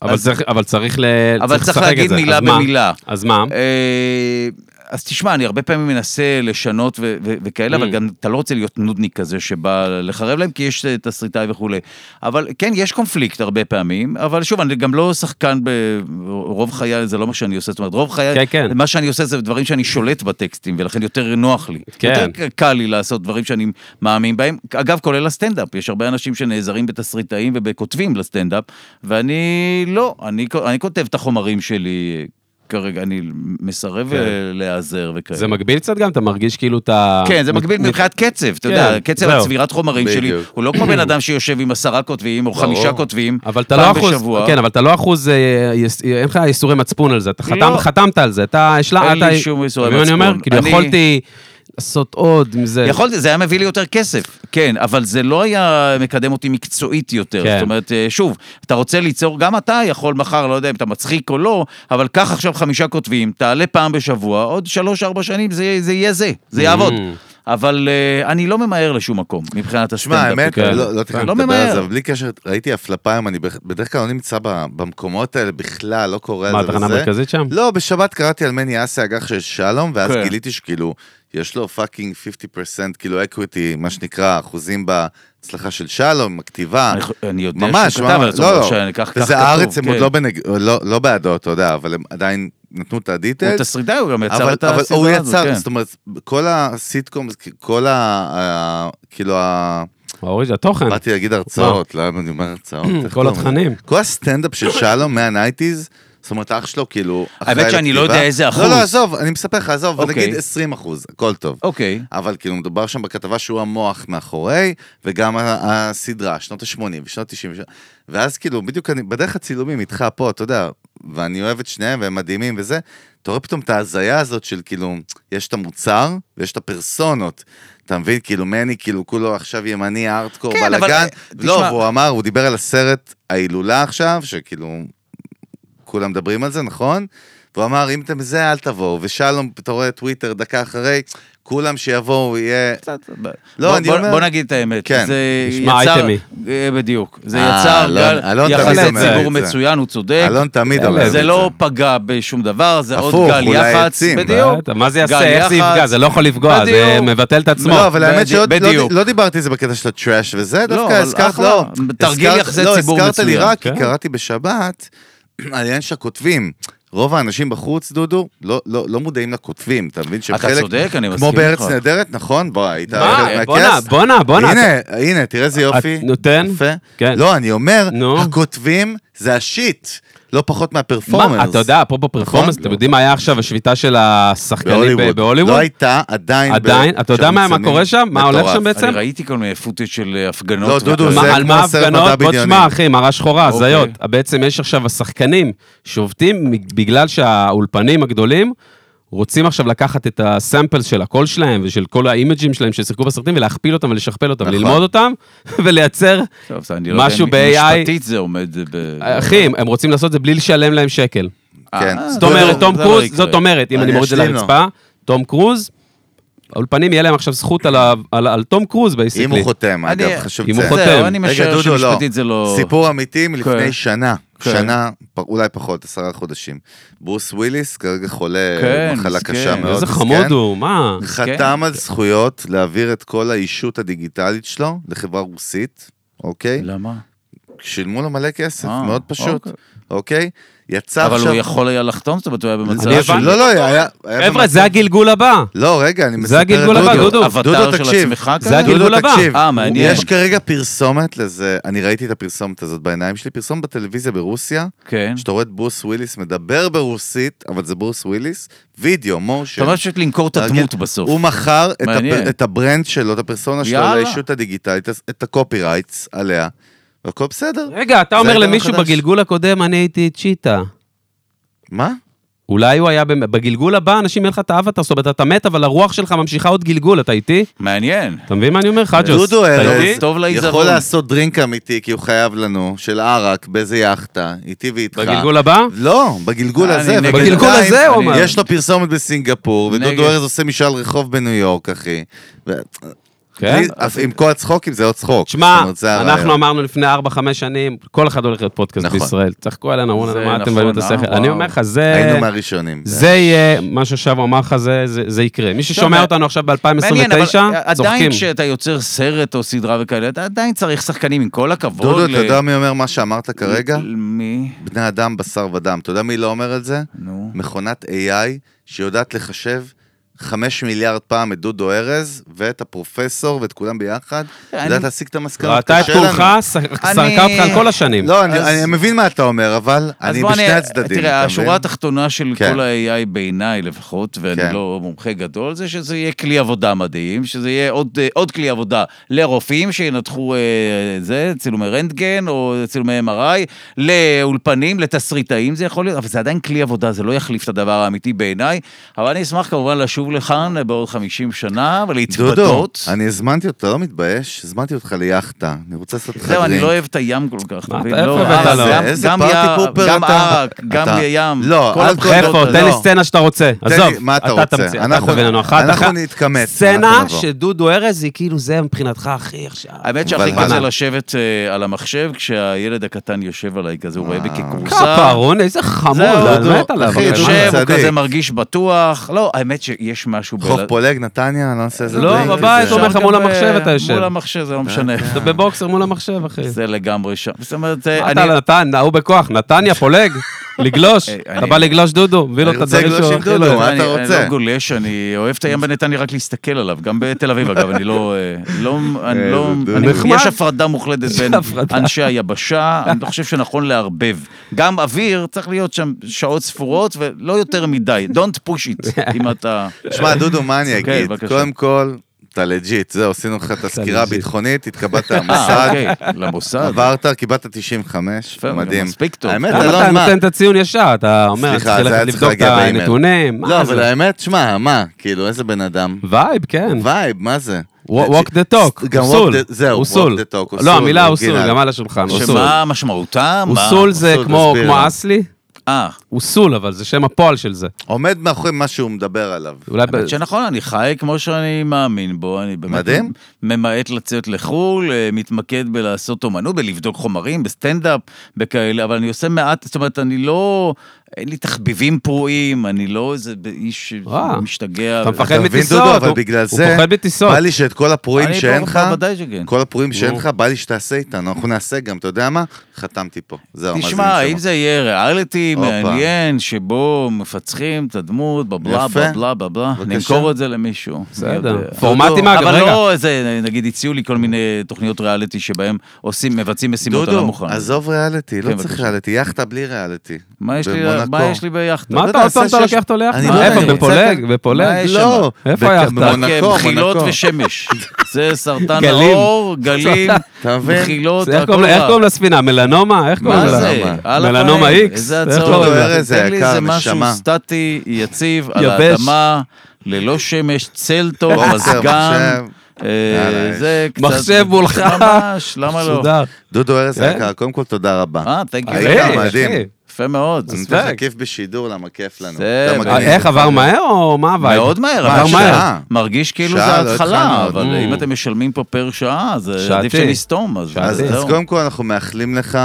Speaker 2: אבל
Speaker 1: אז-
Speaker 2: צריך- אבל צריך ל-
Speaker 1: אבל צריך
Speaker 2: לשחק את
Speaker 1: להגיד
Speaker 2: זה.
Speaker 1: מילה
Speaker 2: אז מה?
Speaker 1: במילה.
Speaker 2: אז מה?
Speaker 1: אה, אז תשמע, אני הרבה פעמים מנסה לשנות ו- ו- וכאלה, אבל גם אתה לא רוצה להיות נודניק כזה שבא לחרב להם, כי יש אה, תסריטאי וכולי. אבל כן, יש קונפליקט הרבה פעמים, אבל שוב, אני גם לא שחקן ברוב חיי, זה לא מה שאני עושה, זאת אומרת, רוב חיי,
Speaker 2: כן, כן.
Speaker 1: אה, מה שאני עושה זה דברים שאני שולט בטקסטים, ולכן יותר נוח לי.
Speaker 2: כן.
Speaker 1: יותר קל לי לעשות דברים שאני מאמין בהם. אגב, כולל הסטנדאפ, יש הרבה אנשים שנעזרים בתסריטאים ובכותבים לסטנדאפ, ואני לא, אני, אני כותב את החומרים שלי כרגע, אני מסרב
Speaker 2: כן.
Speaker 1: אה, להיעזר וכאלה.
Speaker 2: זה מגביל קצת גם? אתה מרגיש כאילו אתה...
Speaker 1: כן, זה מגביל
Speaker 2: מת-
Speaker 1: מבחינת קצב, אתה
Speaker 2: כן,
Speaker 1: יודע, קצב
Speaker 2: זהו.
Speaker 1: הצבירת חומרים שלי,
Speaker 3: בדיוק.
Speaker 1: הוא לא כמו בן אדם שיושב עם עשרה כותבים או חמישה כותבים
Speaker 2: לא, אבל אתה לא
Speaker 1: פעם
Speaker 2: אחוז,
Speaker 1: בשבוע.
Speaker 2: כן, אבל אתה לא אחוז, אה, יש- אין לך איסורי מצפון על זה, אתה חתם-
Speaker 1: לא.
Speaker 2: חתמת על זה, אתה, יש לה,
Speaker 1: אין
Speaker 2: אתה,
Speaker 1: לי שום איסורי
Speaker 2: אתה מבין מה אני
Speaker 1: מצפון.
Speaker 2: אומר, כאילו
Speaker 1: אני-
Speaker 2: יכולתי לעשות עוד עם זה.
Speaker 1: יכול, זה היה מביא לי יותר כסף, כן, אבל זה לא היה מקדם אותי מקצועית יותר.
Speaker 2: כן.
Speaker 1: זאת אומרת, אה, שוב, אתה רוצה ליצור, גם אתה יכול מחר, לא יודע אם אתה מצחיק או לא, אבל קח עכשיו חמישה כותבים, תעלה פעם בשבוע, עוד שלוש-ארבע שנים זה, זה יהיה זה, זה יעבוד.
Speaker 2: Mm,
Speaker 1: אבל אה, אני לא ממהר לשום מקום, מבחינת
Speaker 3: שמע,
Speaker 1: הסטנדאפ.
Speaker 3: האמת,
Speaker 2: כן.
Speaker 3: לא לא תכף
Speaker 1: לא
Speaker 3: נדבר
Speaker 1: ממהר.
Speaker 3: על זה, אבל בלי קשר, ראיתי הפלפה היום, אני בח- בדרך כלל לא נמצא ב- במקומות האלה בכלל, לא קורא על זה
Speaker 2: מה,
Speaker 3: וזה.
Speaker 2: התחנה המרכזית שם?
Speaker 3: לא, בשבת קראתי על מני אסי אג"ח של שלום, ואז
Speaker 1: כן.
Speaker 3: גיליתי שכאילו, יש לו פאקינג 50% כאילו אקוויטי, מה שנקרא, אחוזים בהצלחה של שלום, עם הכתיבה.
Speaker 1: אני ח- אני יודע
Speaker 3: ממש,
Speaker 1: שהוא כתב, אבל
Speaker 3: ממש,
Speaker 1: זאת
Speaker 3: לא,
Speaker 1: אומרת
Speaker 3: לא.
Speaker 1: שאני- כך- כך
Speaker 3: וזה
Speaker 1: כתוב,
Speaker 3: הארץ, הם
Speaker 1: כן.
Speaker 3: עוד לא בנג- לא- לא בעדו, אתה יודע, אבל הם עדיין נתנו את
Speaker 1: הוא
Speaker 3: הדיטלס.
Speaker 1: תסריטאי, הוא גם יצר
Speaker 3: אבל,
Speaker 1: את
Speaker 3: אבל הוא
Speaker 1: הסדרה הזאת,
Speaker 3: יצר,
Speaker 1: כן.
Speaker 3: זאת אומרת, כל הסיטקום, כל ה... ה- כאילו, ה-
Speaker 1: לא.
Speaker 2: אורי, התוכן,
Speaker 3: באתי להגיד הרצאות, למה אני אומר הרצאות? איך
Speaker 2: כל
Speaker 3: קוראים לזה?
Speaker 2: התכנים.
Speaker 3: כל הסטנדאפ של שלום מהנייטיז, זאת אומרת, אח שלו כאילו... אחראי
Speaker 1: האמת שאני לא
Speaker 3: לכתיבה.
Speaker 1: יודע איזה אחוז.
Speaker 3: לא, לא, עזוב, אני מספר לך, עזוב, אבל
Speaker 1: אוקיי.
Speaker 3: נגיד 20 אחוז, הכל טוב.
Speaker 1: אוקיי.
Speaker 3: אבל כאילו מדובר שם בכתבה שהוא המוח מאחורי, וגם ה- הסדרה, שנות ה-80 ושנות ה-90. ואז כאילו, בדיוק אני, בדרך הצילומים איתך פה, אתה יודע, ואני אוהב את שניהם והם מדהימים וזה, אתה רואה פתאום את ההזיה הזאת של כאילו, יש את המוצר ויש את הפרסונות. אתה מבין, כאילו מני, כאילו כולו עכשיו ימני, הארדקור,
Speaker 1: כן, אבל,
Speaker 3: בלאגן.
Speaker 1: אה,
Speaker 3: לא,
Speaker 1: תשמע-
Speaker 3: והוא אמר, הוא דיבר על הסרט ההילולה עכשיו, שכאילו, כולם מדברים על זה, נכון? והוא אמר, אם אתם זה, אל תבואו. ושלום, אתה רואה טוויטר דקה אחרי, כולם שיבואו, יהיה...
Speaker 1: קצת, ב-
Speaker 3: לא,
Speaker 1: בוא-
Speaker 3: אני
Speaker 1: בוא-
Speaker 3: אומר-
Speaker 1: בוא נגיד את האמת.
Speaker 3: כן.
Speaker 1: זה
Speaker 2: נשמע
Speaker 1: יצר-
Speaker 2: אייטמי.
Speaker 1: אה, בדיוק. זה
Speaker 3: אה,
Speaker 1: יצר
Speaker 3: אלון-
Speaker 1: גל,
Speaker 3: אלון
Speaker 2: תמיד
Speaker 1: יחסי
Speaker 2: אומר את
Speaker 1: ציבור
Speaker 3: זה.
Speaker 1: מצוין, הוא צודק.
Speaker 3: אלון תמיד אומר את
Speaker 1: אה, זה
Speaker 3: זה.
Speaker 1: לא פגע בשום דבר, זה עוד
Speaker 3: הפוך,
Speaker 1: גל
Speaker 3: אולי
Speaker 1: יח"צ,
Speaker 3: העצים.
Speaker 1: בדיוק.
Speaker 2: מה זה
Speaker 1: גל
Speaker 2: יעשה, איך זה
Speaker 1: יח"צ.
Speaker 2: יפגע, זה לא יכול לפגוע, זה
Speaker 1: בדיוק.
Speaker 2: מבטל את עצמו.
Speaker 3: לא, אבל האמת
Speaker 1: בדי-
Speaker 3: שעוד לא-
Speaker 1: בדיוק.
Speaker 3: לא דיברתי על זה בקטע של הטראש וזה, דווקא
Speaker 1: אבל
Speaker 3: הזכרת,
Speaker 1: אחלה.
Speaker 3: לא.
Speaker 1: תרגיל
Speaker 3: הזכרת-
Speaker 1: יחסי
Speaker 3: לא,
Speaker 1: ציבור
Speaker 3: הזכרת לי
Speaker 1: מצוין. כן?
Speaker 3: רק, כי
Speaker 2: כן.
Speaker 3: קראתי בשבת על עניין של הכותבים. רוב האנשים בחוץ, דודו, לא, לא, לא מודעים לכותבים, אתה מבין שהם
Speaker 1: אתה
Speaker 3: חלק...
Speaker 1: צודק, אני מסכים
Speaker 3: כמו בארץ
Speaker 1: איתך. אה,
Speaker 3: נהדרת, נכון? בוא, היית
Speaker 2: מה?
Speaker 3: חלק
Speaker 2: בואנה,
Speaker 3: מהכס?
Speaker 2: בואנה, בואנה.
Speaker 3: הנה, הנה, תראה איזה יופי.
Speaker 2: את נותן?
Speaker 3: יפה.
Speaker 2: כן.
Speaker 3: לא, אני אומר,
Speaker 2: נו.
Speaker 3: הכותבים זה השיט, לא פחות מהפרפורמנס.
Speaker 2: מה, אתה יודע, אפרופו פרפורמנס,
Speaker 3: נכון?
Speaker 2: אתם יודעים מה היה עכשיו השביתה של השחקנים ב-
Speaker 3: בהוליווד.
Speaker 2: בהוליווד?
Speaker 3: לא הייתה עדיין. ב-
Speaker 2: עדיין? אתה יודע מה- מה
Speaker 3: שמצלמים.
Speaker 2: קורה שם? מה הולך
Speaker 3: מטורף.
Speaker 2: שם בעצם?
Speaker 1: אני ראיתי כל מיני פוטג' של אה, הפגנות.
Speaker 3: לא, דודו,
Speaker 1: וכאלה.
Speaker 3: זה-
Speaker 2: מה, על
Speaker 3: כמו
Speaker 2: מה
Speaker 3: סרט מדע
Speaker 2: ההפגנות? בוא
Speaker 3: בדיוני.
Speaker 2: תשמע, אחי, מראה שחורה,
Speaker 1: אוקיי.
Speaker 2: הזיות. אה, בעצם יש עכשיו השחקנים שעובדים בגלל שהאולפנים הגדולים רוצים עכשיו לקחת את הסמפלס של הקול שלהם ושל כל האימג'ים שלהם ששיחקו בסרטים ולהכפיל אותם ולשכפל אותם,
Speaker 3: נכון.
Speaker 2: ללמוד אותם ולייצר...
Speaker 1: טוב, זה- אני לא יודע
Speaker 2: משהו
Speaker 1: אם
Speaker 2: ב-AI
Speaker 1: משפטית זה עומד ב...
Speaker 2: אחי, הם רוצים לעשות את זה בלי לשלם להם שקל.
Speaker 3: כן.
Speaker 1: אה,
Speaker 2: זאת
Speaker 3: זה
Speaker 2: אומרת,
Speaker 3: לא- אה,
Speaker 2: תום
Speaker 1: זה
Speaker 2: קרוז,
Speaker 1: יקרה.
Speaker 2: זאת אומרת, אם
Speaker 3: אני
Speaker 2: אני מוריד את זה
Speaker 3: אשלים לו.
Speaker 2: לרצפה, תום קרוז, האולפנים יהיה להם עכשיו זכות על ה- על על תום קרוז בייסיקלי.
Speaker 3: אם הוא חותם,
Speaker 1: אני-
Speaker 3: אגב, חשוב
Speaker 2: אם הוא
Speaker 3: לציין.
Speaker 2: חותם.
Speaker 1: זהו, אני
Speaker 3: רגע,
Speaker 1: משער
Speaker 3: דודו, לא.
Speaker 1: שמשפטית זה לא...
Speaker 3: סיפור אמיתי מלפני
Speaker 1: כן.
Speaker 3: שנה.
Speaker 1: כן.
Speaker 3: שנה, פ- אולי פחות, עשרה חודשים. ברוס וויליס כרגע חולה
Speaker 1: כן,
Speaker 3: מחלה
Speaker 1: מסכן.
Speaker 3: קשה מאוד.
Speaker 2: איזה
Speaker 3: מסכן.
Speaker 2: חמוד הוא, כן. מה?
Speaker 3: חתם על זכויות להעביר את כל האישות הדיגיטלית שלו לחברה רוסית, אוקיי?
Speaker 1: למה?
Speaker 3: שילמו לו מלא כסף,
Speaker 1: אה,
Speaker 3: מאוד פשוט,
Speaker 1: אוקיי.
Speaker 3: אוקיי? יצא
Speaker 1: אבל הוא
Speaker 3: עכשיו...
Speaker 1: יכול היה לחתום, זאת אומרת, הוא היה במצב
Speaker 2: אני
Speaker 1: של...
Speaker 2: הבנתי.
Speaker 3: לא, לא, היה... היה
Speaker 2: חבר'ה,
Speaker 3: במצב-
Speaker 2: זה הגלגול הבא.
Speaker 3: לא, רגע, אני מספר את
Speaker 2: הגלגול הבא, דודו.
Speaker 1: אבטר של עצמך
Speaker 2: זה
Speaker 1: כזה?
Speaker 2: הגלגול
Speaker 3: דודו,
Speaker 2: הבא.
Speaker 3: תקשיב.
Speaker 1: אה, מעניין.
Speaker 3: יש כרגע פרסומת לזה, אני ראיתי את הפרסומת הזאת בעיניים שלי, פרסומת בטלוויזיה ברוסיה,
Speaker 1: כן.
Speaker 3: שאתה רואה את ברוס וויליס מדבר ברוסית, אבל זה ברוס וויליס, וידאו, מושן.
Speaker 1: אתה אומר שצריך למכור את הדמות בסוף.
Speaker 3: כן. הוא מכר את,
Speaker 1: מעניין.
Speaker 3: הפר, את הברנד שלו, את הפרסונה שלו,
Speaker 1: יאללה.
Speaker 3: לאישות הדיגיטלית, את הקופי רייטס עליה, והכל בסדר.
Speaker 2: רגע, אתה
Speaker 3: זה
Speaker 2: אומר
Speaker 3: ההיגיון
Speaker 2: למישהו
Speaker 3: החדש.
Speaker 2: בגלגול הקודם, אני הייתי צ'יטה.
Speaker 3: מה?
Speaker 2: אולי הוא היה, במ- בגלגול הבא אנשים אין לך את האבטר, זאת אומרת, אתה מת, אבל הרוח שלך ממשיכה עוד גלגול, אתה איתי?
Speaker 1: מעניין.
Speaker 2: אתה מבין מה אני אומר? חג'וס,
Speaker 3: דודו
Speaker 2: אתה
Speaker 3: ארז
Speaker 2: איתי?
Speaker 1: טוב לעיזבון.
Speaker 3: יכול לעשות דרינק אמיתי, כי הוא חייב לנו, של ערק, באיזה יאכטה, איתי ואיתך.
Speaker 2: בגלגול הבא?
Speaker 3: לא, בגלגול
Speaker 1: אני
Speaker 3: הזה.
Speaker 1: נגד.
Speaker 3: ובינתיים
Speaker 2: בגלגול הזה, הוא אמר.
Speaker 3: יש לו פרסומת בסינגפור,
Speaker 1: נגד.
Speaker 3: ודודו ארז עושה משאל רחוב בניו יורק, אחי. ו-
Speaker 2: כן.
Speaker 3: אני- אף- עם כל הצחוקים זה לא צחוק. זאת
Speaker 2: שמע,
Speaker 3: אומרת, זה הרעיון.
Speaker 2: אנחנו אמרנו לפני 4-5 שנים, כל אחד הולך להיות פודקאסט
Speaker 3: נכון.
Speaker 2: בישראל. צחקו עלינו, אמרו לנו,
Speaker 1: זה
Speaker 2: מה אתם
Speaker 1: נכון,
Speaker 2: מבלבלים את
Speaker 1: אה?
Speaker 2: השכל?
Speaker 1: וואו.
Speaker 2: אני אומר לך, זה...
Speaker 3: היינו מהראשונים.
Speaker 2: אמ- זה יהיה, מה ששבו אמר לך, זה- זה זה יקרה. מי ששומע
Speaker 1: מעניין,
Speaker 2: אותנו עכשיו
Speaker 1: מעניין, אבל
Speaker 2: ב-2029,
Speaker 1: עדיין
Speaker 2: צוחקים.
Speaker 1: כשאתה יוצר סרט או סדרה וכאלה, אתה עדיין צריך שחקנים, עם כל הכבוד.
Speaker 3: דודו,
Speaker 1: ל-
Speaker 3: אתה יודע מי אומר מה שאמרת כרגע?
Speaker 1: ל- מי?
Speaker 3: בני אדם, בשר ודם. אתה יודע מי לא אומר את זה?
Speaker 1: נו.
Speaker 3: מכונת AI שיודעת לחשב חמש מיליארד פעם את דודו ארז ואת הפרופסור ואת כולם ביחד,
Speaker 1: אני-
Speaker 3: יודעת להסיק את המסקנות.
Speaker 2: ראתה את
Speaker 3: קשה
Speaker 2: כולך,
Speaker 3: לנו.
Speaker 2: סרקה
Speaker 1: אני-
Speaker 2: אותך על כל השנים.
Speaker 3: לא, אני-
Speaker 1: אז-
Speaker 3: אני מבין מה אתה אומר, אבל
Speaker 1: אז
Speaker 3: אני
Speaker 1: בוא
Speaker 3: בשני הצדדים.
Speaker 1: תראה,
Speaker 3: אתה
Speaker 1: השורה
Speaker 3: מבין?
Speaker 1: התחתונה של
Speaker 3: כן.
Speaker 1: כל ה-AI בעיניי לפחות,
Speaker 3: כן.
Speaker 1: ואני לא מומחה גדול, זה שזה יהיה כלי עבודה מדהים, שזה יהיה עוד, אה, עוד כלי עבודה לרופאים שינתחו אה, זה, צילומי רנטגן או צילומי MRI, לאולפנים, לתסריטאים זה יכול להיות, אבל זה עדיין כלי עבודה, זה לא יחליף את הדבר האמיתי בעיניי, אבל אני אשמח כמובן לשוב לכאן בעוד 50 שנה
Speaker 3: דודו,
Speaker 1: ולהתבדות.
Speaker 3: אני הזמנתי אותך, אתה לא מתבייש? הזמנתי אותך ליאכטה, אני רוצה לעשות לך
Speaker 1: זהו, אני
Speaker 3: דרינק.
Speaker 1: לא אוהב את הים כל כך, אתה
Speaker 2: מה,
Speaker 1: מבין?
Speaker 2: אתה
Speaker 1: לא,
Speaker 2: איפה ואתה
Speaker 1: אז
Speaker 2: לא?
Speaker 1: גם-
Speaker 3: איזה
Speaker 1: גם
Speaker 3: פארטי
Speaker 1: יער,
Speaker 3: פופר
Speaker 1: גם
Speaker 3: אתה.
Speaker 1: ערק, גם
Speaker 3: אתה-
Speaker 1: ים.
Speaker 3: לא,
Speaker 1: כל
Speaker 3: אל
Speaker 1: הבחירות.
Speaker 3: תודה,
Speaker 2: חפו, תן לי
Speaker 3: לא.
Speaker 2: סצנה שאתה רוצה.
Speaker 3: לי,
Speaker 2: עזוב,
Speaker 3: מה אתה רוצה?
Speaker 2: תמציא, אתה
Speaker 3: אנחנו-
Speaker 2: תביא לנו אחת
Speaker 3: אנחנו
Speaker 2: אחת.
Speaker 3: נתקמץ, אנחנו
Speaker 2: סצנה
Speaker 3: נבוא.
Speaker 2: שדודו ארז היא כאילו זה מבחינתך הכי עכשיו.
Speaker 1: האמת
Speaker 3: אבל
Speaker 1: שהכי קל
Speaker 3: מה?
Speaker 1: זה לשבת אה, על המחשב כשהילד הקטן יושב עליי כזה, הוא רואה בי ככורסה.
Speaker 2: כפרון, איזה חמוד,
Speaker 1: זהו,
Speaker 2: אני
Speaker 3: דודו,
Speaker 2: מת עליו.
Speaker 3: אחי,
Speaker 2: אבל
Speaker 1: הוא
Speaker 3: דודו,
Speaker 2: מה?
Speaker 1: יושב, הוא
Speaker 3: צדיק.
Speaker 1: כזה מרגיש בטוח. לא, האמת שיש משהו ב...
Speaker 3: חוף פולג, נתניה, לא נעשה איזה
Speaker 2: לא,
Speaker 3: דרינק
Speaker 2: בבית,
Speaker 3: כזה.
Speaker 2: אומר לך,
Speaker 1: גם
Speaker 2: מול
Speaker 1: ב-
Speaker 2: המחשב אתה יושב. אה,
Speaker 1: מול המחשב, זה לא משנה.
Speaker 2: אתה בבוקסר מול המחשב, אחי.
Speaker 1: זה לגמרי שם. זאת אומרת,
Speaker 2: מה
Speaker 1: אה,
Speaker 2: אתה
Speaker 1: אני...
Speaker 2: נתן, ההוא בכוח, נתניה, פולג, לגלוש.
Speaker 1: אה,
Speaker 2: אתה
Speaker 1: אני-
Speaker 2: בא לגלוש דודו, מביא לו
Speaker 3: אני
Speaker 2: את
Speaker 3: רוצה
Speaker 2: הדברים
Speaker 3: לגלוש
Speaker 2: שהוא
Speaker 3: עם
Speaker 2: הכי
Speaker 3: דודו,
Speaker 2: לא...
Speaker 3: מה
Speaker 1: אני-
Speaker 3: אתה
Speaker 1: אני
Speaker 3: רוצה?
Speaker 1: לא גולש, אני אוהב את הים בנתניה רק להסתכל עליו, גם בתל אביב אגב, אני לא... אה, לא- אני לא...
Speaker 3: איזה
Speaker 1: אני-
Speaker 2: נחמד.
Speaker 1: יש הפרדה מוחלטת
Speaker 2: יש
Speaker 1: בין
Speaker 2: הפרדה.
Speaker 1: אנשי היבשה, אני לא חושב שנכון לערבב. גם אוויר, צריך להיות שם שעות ספורות ולא יותר מדי. Don't push it, אם אתה...
Speaker 3: שמע, דודו, מה אני
Speaker 1: אוקיי,
Speaker 3: אגיד?
Speaker 1: בבקשה.
Speaker 3: קודם כל, אתה לג'יט, זהו, עשינו לך את הסקירה
Speaker 2: לג'יט.
Speaker 3: הביטחונית, התקבלת
Speaker 1: אה,
Speaker 3: למוסד,
Speaker 1: אוקיי, למוסד.
Speaker 3: עברת, קיבלת 95,
Speaker 1: יפה,
Speaker 3: מדהים.
Speaker 1: גם מספיק טוב.
Speaker 3: האמת,
Speaker 2: למה אתה
Speaker 3: אלון, אה, לא, מה?
Speaker 2: נותן את הציון ישר? אתה אומר,
Speaker 3: סליחה,
Speaker 2: צריך
Speaker 3: זה היה
Speaker 2: ללכת
Speaker 3: צריך
Speaker 2: לבדוק את
Speaker 3: להגיע באימייל.
Speaker 2: הנתונים.
Speaker 3: לא,
Speaker 2: מה
Speaker 3: אבל
Speaker 2: זה?
Speaker 3: האמת, שמע, מה? כאילו, איזה בן אדם.
Speaker 2: וייב, כן.
Speaker 3: וייב, מה זה?
Speaker 2: walk the talk,
Speaker 3: גם walk
Speaker 2: אוסול.
Speaker 3: the- זהו, walk
Speaker 2: אוסול.
Speaker 3: the talk, אוסול,
Speaker 2: לא, המילה
Speaker 3: אורגינל.
Speaker 2: אוסול, גם על השולחן, אוסול.
Speaker 1: שמה משמעותה? מה-
Speaker 2: אוסול זה
Speaker 3: אוסול,
Speaker 2: כמו
Speaker 3: תסביר
Speaker 2: כמו
Speaker 3: לנו.
Speaker 2: אסלי,
Speaker 1: אה,
Speaker 2: אוסול, אבל זה שם הפועל של זה.
Speaker 3: עומד מאחורי מה שהוא מדבר עליו.
Speaker 2: אולי... ב-
Speaker 1: האמת שנכון, אני חי כמו שאני מאמין בו, אני באמת
Speaker 3: מדהים.
Speaker 1: ממעט לצאת לחו"ל, אה, מתמקד בלעשות אומנות, בלבדוק חומרים, בסטנדאפ, בכאלה, אבל אני עושה מעט, זאת אומרת, אני לא אין לי תחביבים פרועים, אני לא איזה איש
Speaker 2: אה.
Speaker 1: משתגע.
Speaker 2: אתה
Speaker 1: ו-
Speaker 2: מפחד
Speaker 3: אתה מבין,
Speaker 2: מטיסות,
Speaker 3: דודו, אבל
Speaker 2: הוא-
Speaker 3: בגלל
Speaker 2: הוא
Speaker 3: זה,
Speaker 2: פוחד מטיסות.
Speaker 3: בא לי שאת כל הפרועים
Speaker 1: אני
Speaker 3: שאין
Speaker 1: ברור,
Speaker 3: לך,
Speaker 1: בוודאי שכן.
Speaker 3: כל הפרועים שאין
Speaker 2: ברור.
Speaker 3: לך, בא לי שתעשה איתנו, אנחנו נעשה גם, אתה יודע מה? חתמתי פה. זהו, מה זה
Speaker 1: תשמע, אם
Speaker 3: נשמע?
Speaker 1: זה יהיה ריאליטי
Speaker 3: הופה.
Speaker 1: מעניין, שבו מפצחים את הדמות, בבלה
Speaker 3: יפה.
Speaker 1: בבלה בבלה,
Speaker 3: בבקשה.
Speaker 1: נמכור את זה למישהו.
Speaker 2: בסדר.
Speaker 1: אני יודע.
Speaker 2: פורמטים, אגב,
Speaker 1: אבל
Speaker 2: רגע.
Speaker 1: לא איזה, נגיד, הציעו לי כל מיני תוכניות ריאליטי שבהם עושים, מבצעים משימות, אני לא
Speaker 3: דודו,
Speaker 1: מוכן.
Speaker 3: עזוב ריאליטי, לא
Speaker 1: כן,
Speaker 3: צריך
Speaker 1: בבקשה.
Speaker 3: ריאליטי, יאכטה בלי ריאליטי.
Speaker 1: מה יש לי-
Speaker 3: במונקו.
Speaker 1: מה יש לי ביאכטה?
Speaker 2: מה
Speaker 3: אתה
Speaker 2: אתה עוד פעם
Speaker 3: עושה
Speaker 2: אתה
Speaker 3: שש-
Speaker 2: לוקח אותו ליאכטה?
Speaker 3: אני
Speaker 1: לא יודע,
Speaker 2: איפה,
Speaker 1: אני
Speaker 2: בפולג?
Speaker 1: מה
Speaker 2: בפולג?
Speaker 1: יש
Speaker 2: לא.
Speaker 3: שם?
Speaker 2: איפה
Speaker 3: בק-
Speaker 2: היאכטה?
Speaker 3: במונ-
Speaker 1: רק
Speaker 3: מונקו,
Speaker 1: בחילות
Speaker 3: מונקו.
Speaker 1: ושמש. זה סרטן
Speaker 2: גלים.
Speaker 1: העור, גלים,
Speaker 3: אתה מבין?
Speaker 1: בחילות,
Speaker 2: איך קוראים
Speaker 1: הכל
Speaker 2: לה- איך
Speaker 1: רע.
Speaker 2: קוראים לספינה? מלנומה? איך קוראים
Speaker 1: מה
Speaker 2: לה?
Speaker 1: זה? על
Speaker 2: מלנומה
Speaker 1: הפנים.
Speaker 2: X?
Speaker 1: איזה
Speaker 2: איך
Speaker 1: הצעות.
Speaker 2: קוראים לה?
Speaker 3: ארז
Speaker 1: תן לי
Speaker 3: היקר,
Speaker 1: איזה משהו
Speaker 3: נשמה.
Speaker 1: סטטי, יציב, על
Speaker 2: יבש.
Speaker 1: האדמה, ללא שמש, צל טוב,
Speaker 3: בוקר,
Speaker 1: מזגן.
Speaker 3: מחשב.
Speaker 1: אה,
Speaker 3: יאללה,
Speaker 1: זה קצת...
Speaker 2: מחשב מולך.
Speaker 1: ממש, למה לא?
Speaker 2: מסודר.
Speaker 3: דודו ארז
Speaker 2: כן.
Speaker 3: היקר, קודם כל תודה רבה.
Speaker 1: אה, תגיד.
Speaker 3: היית
Speaker 2: אה,
Speaker 3: מדהים.
Speaker 2: אחי.
Speaker 1: יפה מאוד.
Speaker 3: אני
Speaker 2: מספיק.
Speaker 3: נותן לך כיף בשידור, למה כיף לנו.
Speaker 1: זה-
Speaker 3: אתה
Speaker 1: אה,
Speaker 3: מגניב.
Speaker 2: איך, עבר מהר או מה הווייב?
Speaker 1: מאוד מהר,
Speaker 2: עבר
Speaker 1: אבל
Speaker 3: מה
Speaker 2: מהר.
Speaker 3: השעה?
Speaker 1: מרגיש כאילו
Speaker 3: שעה,
Speaker 1: זה
Speaker 3: לא
Speaker 1: ההתחלה,
Speaker 3: התחלנו.
Speaker 1: אבל
Speaker 2: Mm.
Speaker 1: אם אתם משלמים פה פר שעה, אז אה, עדיף
Speaker 2: שעתי.
Speaker 1: שנסתום, אז
Speaker 2: שעתי.
Speaker 3: אז,
Speaker 1: זהו.
Speaker 3: אז קודם כל אנחנו מאחלים לך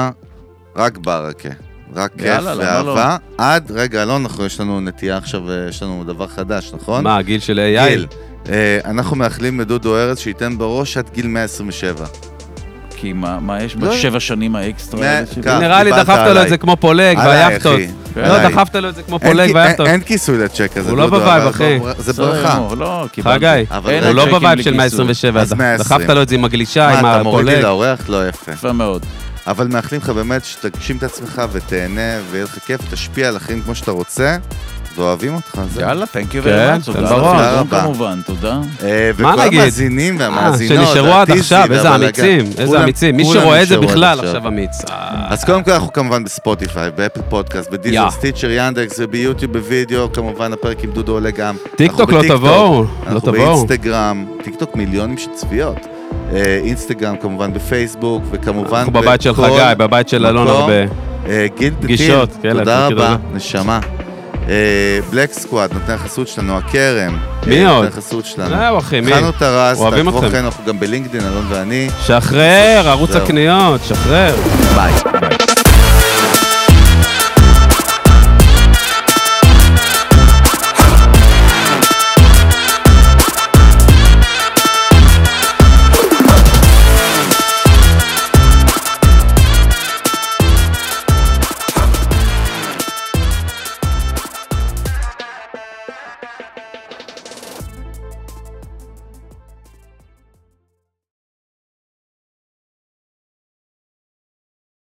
Speaker 3: רק ברכה. רק כיף
Speaker 1: יאללה, למה לא?
Speaker 3: ואהבה. עד, רגע, לא, אנחנו, יש לנו נטייה עכשיו, אה, יש לנו דבר חדש, נכון?
Speaker 2: מה, הגיל של
Speaker 3: גיל.
Speaker 2: AI?
Speaker 3: אה, אנחנו מאחלים לדודו ארז שייתן בראש עד גיל 127.
Speaker 1: כי מה מה יש
Speaker 3: לא.
Speaker 1: בשבע שנים האקסטרה?
Speaker 3: מה-
Speaker 1: האלה שלי?
Speaker 3: כך.
Speaker 2: נראה לי
Speaker 3: אה, דיברת
Speaker 2: דחפת לו
Speaker 3: עליי.
Speaker 2: את זה כמו פולג
Speaker 3: עליי,
Speaker 2: והיאכטות.
Speaker 3: אחי.
Speaker 2: לא,
Speaker 3: עליי.
Speaker 2: דחפת לו את זה כמו
Speaker 3: אין
Speaker 2: פולג
Speaker 3: כי-
Speaker 2: והיאכטות.
Speaker 3: אין- אין כיסוי לצ'ק הזה,
Speaker 2: הוא לא
Speaker 3: דודו,
Speaker 2: בווייב,
Speaker 3: אבל
Speaker 2: אחי.
Speaker 3: זה- זה
Speaker 1: בסדר
Speaker 3: ברכה.
Speaker 1: גמור, לא, קיבלתי.
Speaker 2: חגי,
Speaker 3: אבל
Speaker 1: אין
Speaker 3: רגע,
Speaker 2: הוא לא
Speaker 1: הצ'קים
Speaker 2: בווייב של
Speaker 1: לכיסוי.
Speaker 2: 127,
Speaker 3: אז 120.
Speaker 2: דחפת לו את זה עם הגלישה,
Speaker 3: מה,
Speaker 2: עם
Speaker 3: אתה מוריד לי
Speaker 2: הפולג.
Speaker 3: לאורח? לא יפה.
Speaker 1: יפה מאוד.
Speaker 3: אבל מאחלים לך באמת שתגשים את עצמך ותהנה ויהיה לך כיף, תשפיע על אחרים כמו שאתה רוצה, ואוהבים אותך. זהו.
Speaker 1: יאללה, thank you
Speaker 2: כן,
Speaker 1: very much.
Speaker 2: תודה
Speaker 1: תודה
Speaker 2: רבה.
Speaker 1: לכם,
Speaker 3: תודה רבה.
Speaker 1: כמובן, תודה.
Speaker 3: אה,
Speaker 2: מה
Speaker 3: וכל
Speaker 2: נגיד?
Speaker 3: המאזינים והמאזינות,
Speaker 2: אה, שנשארו עד
Speaker 3: והטיזי
Speaker 2: עכשיו, איזה
Speaker 3: והבלגן.
Speaker 2: אמיצים, איזה
Speaker 3: כולם-
Speaker 2: אמיצים. מי
Speaker 3: כולם
Speaker 2: שרואה את זה
Speaker 3: נשארו עד
Speaker 2: בכלל
Speaker 3: עכשיו.
Speaker 2: עכשיו
Speaker 3: נכון,
Speaker 2: אמיץ. אה,
Speaker 3: אז קודם כל אנחנו כמובן בספוטיפיי, באפל פודקאסט,
Speaker 2: יא.
Speaker 3: בדיזל, סטיצ'ר, ינדקס וביוטיוב, בווידאו, כמובן הפרק עם דודו עולה גם.
Speaker 2: טיקטוק
Speaker 3: אנחנו
Speaker 2: לא
Speaker 3: בטיקטוק,
Speaker 2: תבואו, לא
Speaker 3: אנחנו
Speaker 2: תבואו.
Speaker 3: באינסטגרם, טיקטוק מיליונים של צפיות. אה, אינסטגרם כמובן בפייסבוק, וכמובן...
Speaker 2: אנחנו בבית של
Speaker 3: בכל
Speaker 2: חגי, בבית של אלון
Speaker 3: מקום.
Speaker 2: הרבה.
Speaker 3: אה, גיל פתיל,
Speaker 2: פגישות, כן,
Speaker 3: תודה
Speaker 2: להכיר
Speaker 3: רבה,
Speaker 2: את
Speaker 3: נשמה. אה, בלק סקוואד, נותן החסות שלנו, הכרם.
Speaker 2: מי
Speaker 3: אה,
Speaker 2: עוד?
Speaker 3: נותן החסות שלנו.
Speaker 2: זהו אחי, מי?
Speaker 3: חנו טרס,
Speaker 2: אוהבים
Speaker 3: תעקבו
Speaker 2: אתכם.
Speaker 3: אחרינו, אנחנו גם בלינקדאין, אלון ואני.
Speaker 2: שחרר, ערוץ
Speaker 3: זהו.
Speaker 2: הקניות, שחרר.
Speaker 3: ביי.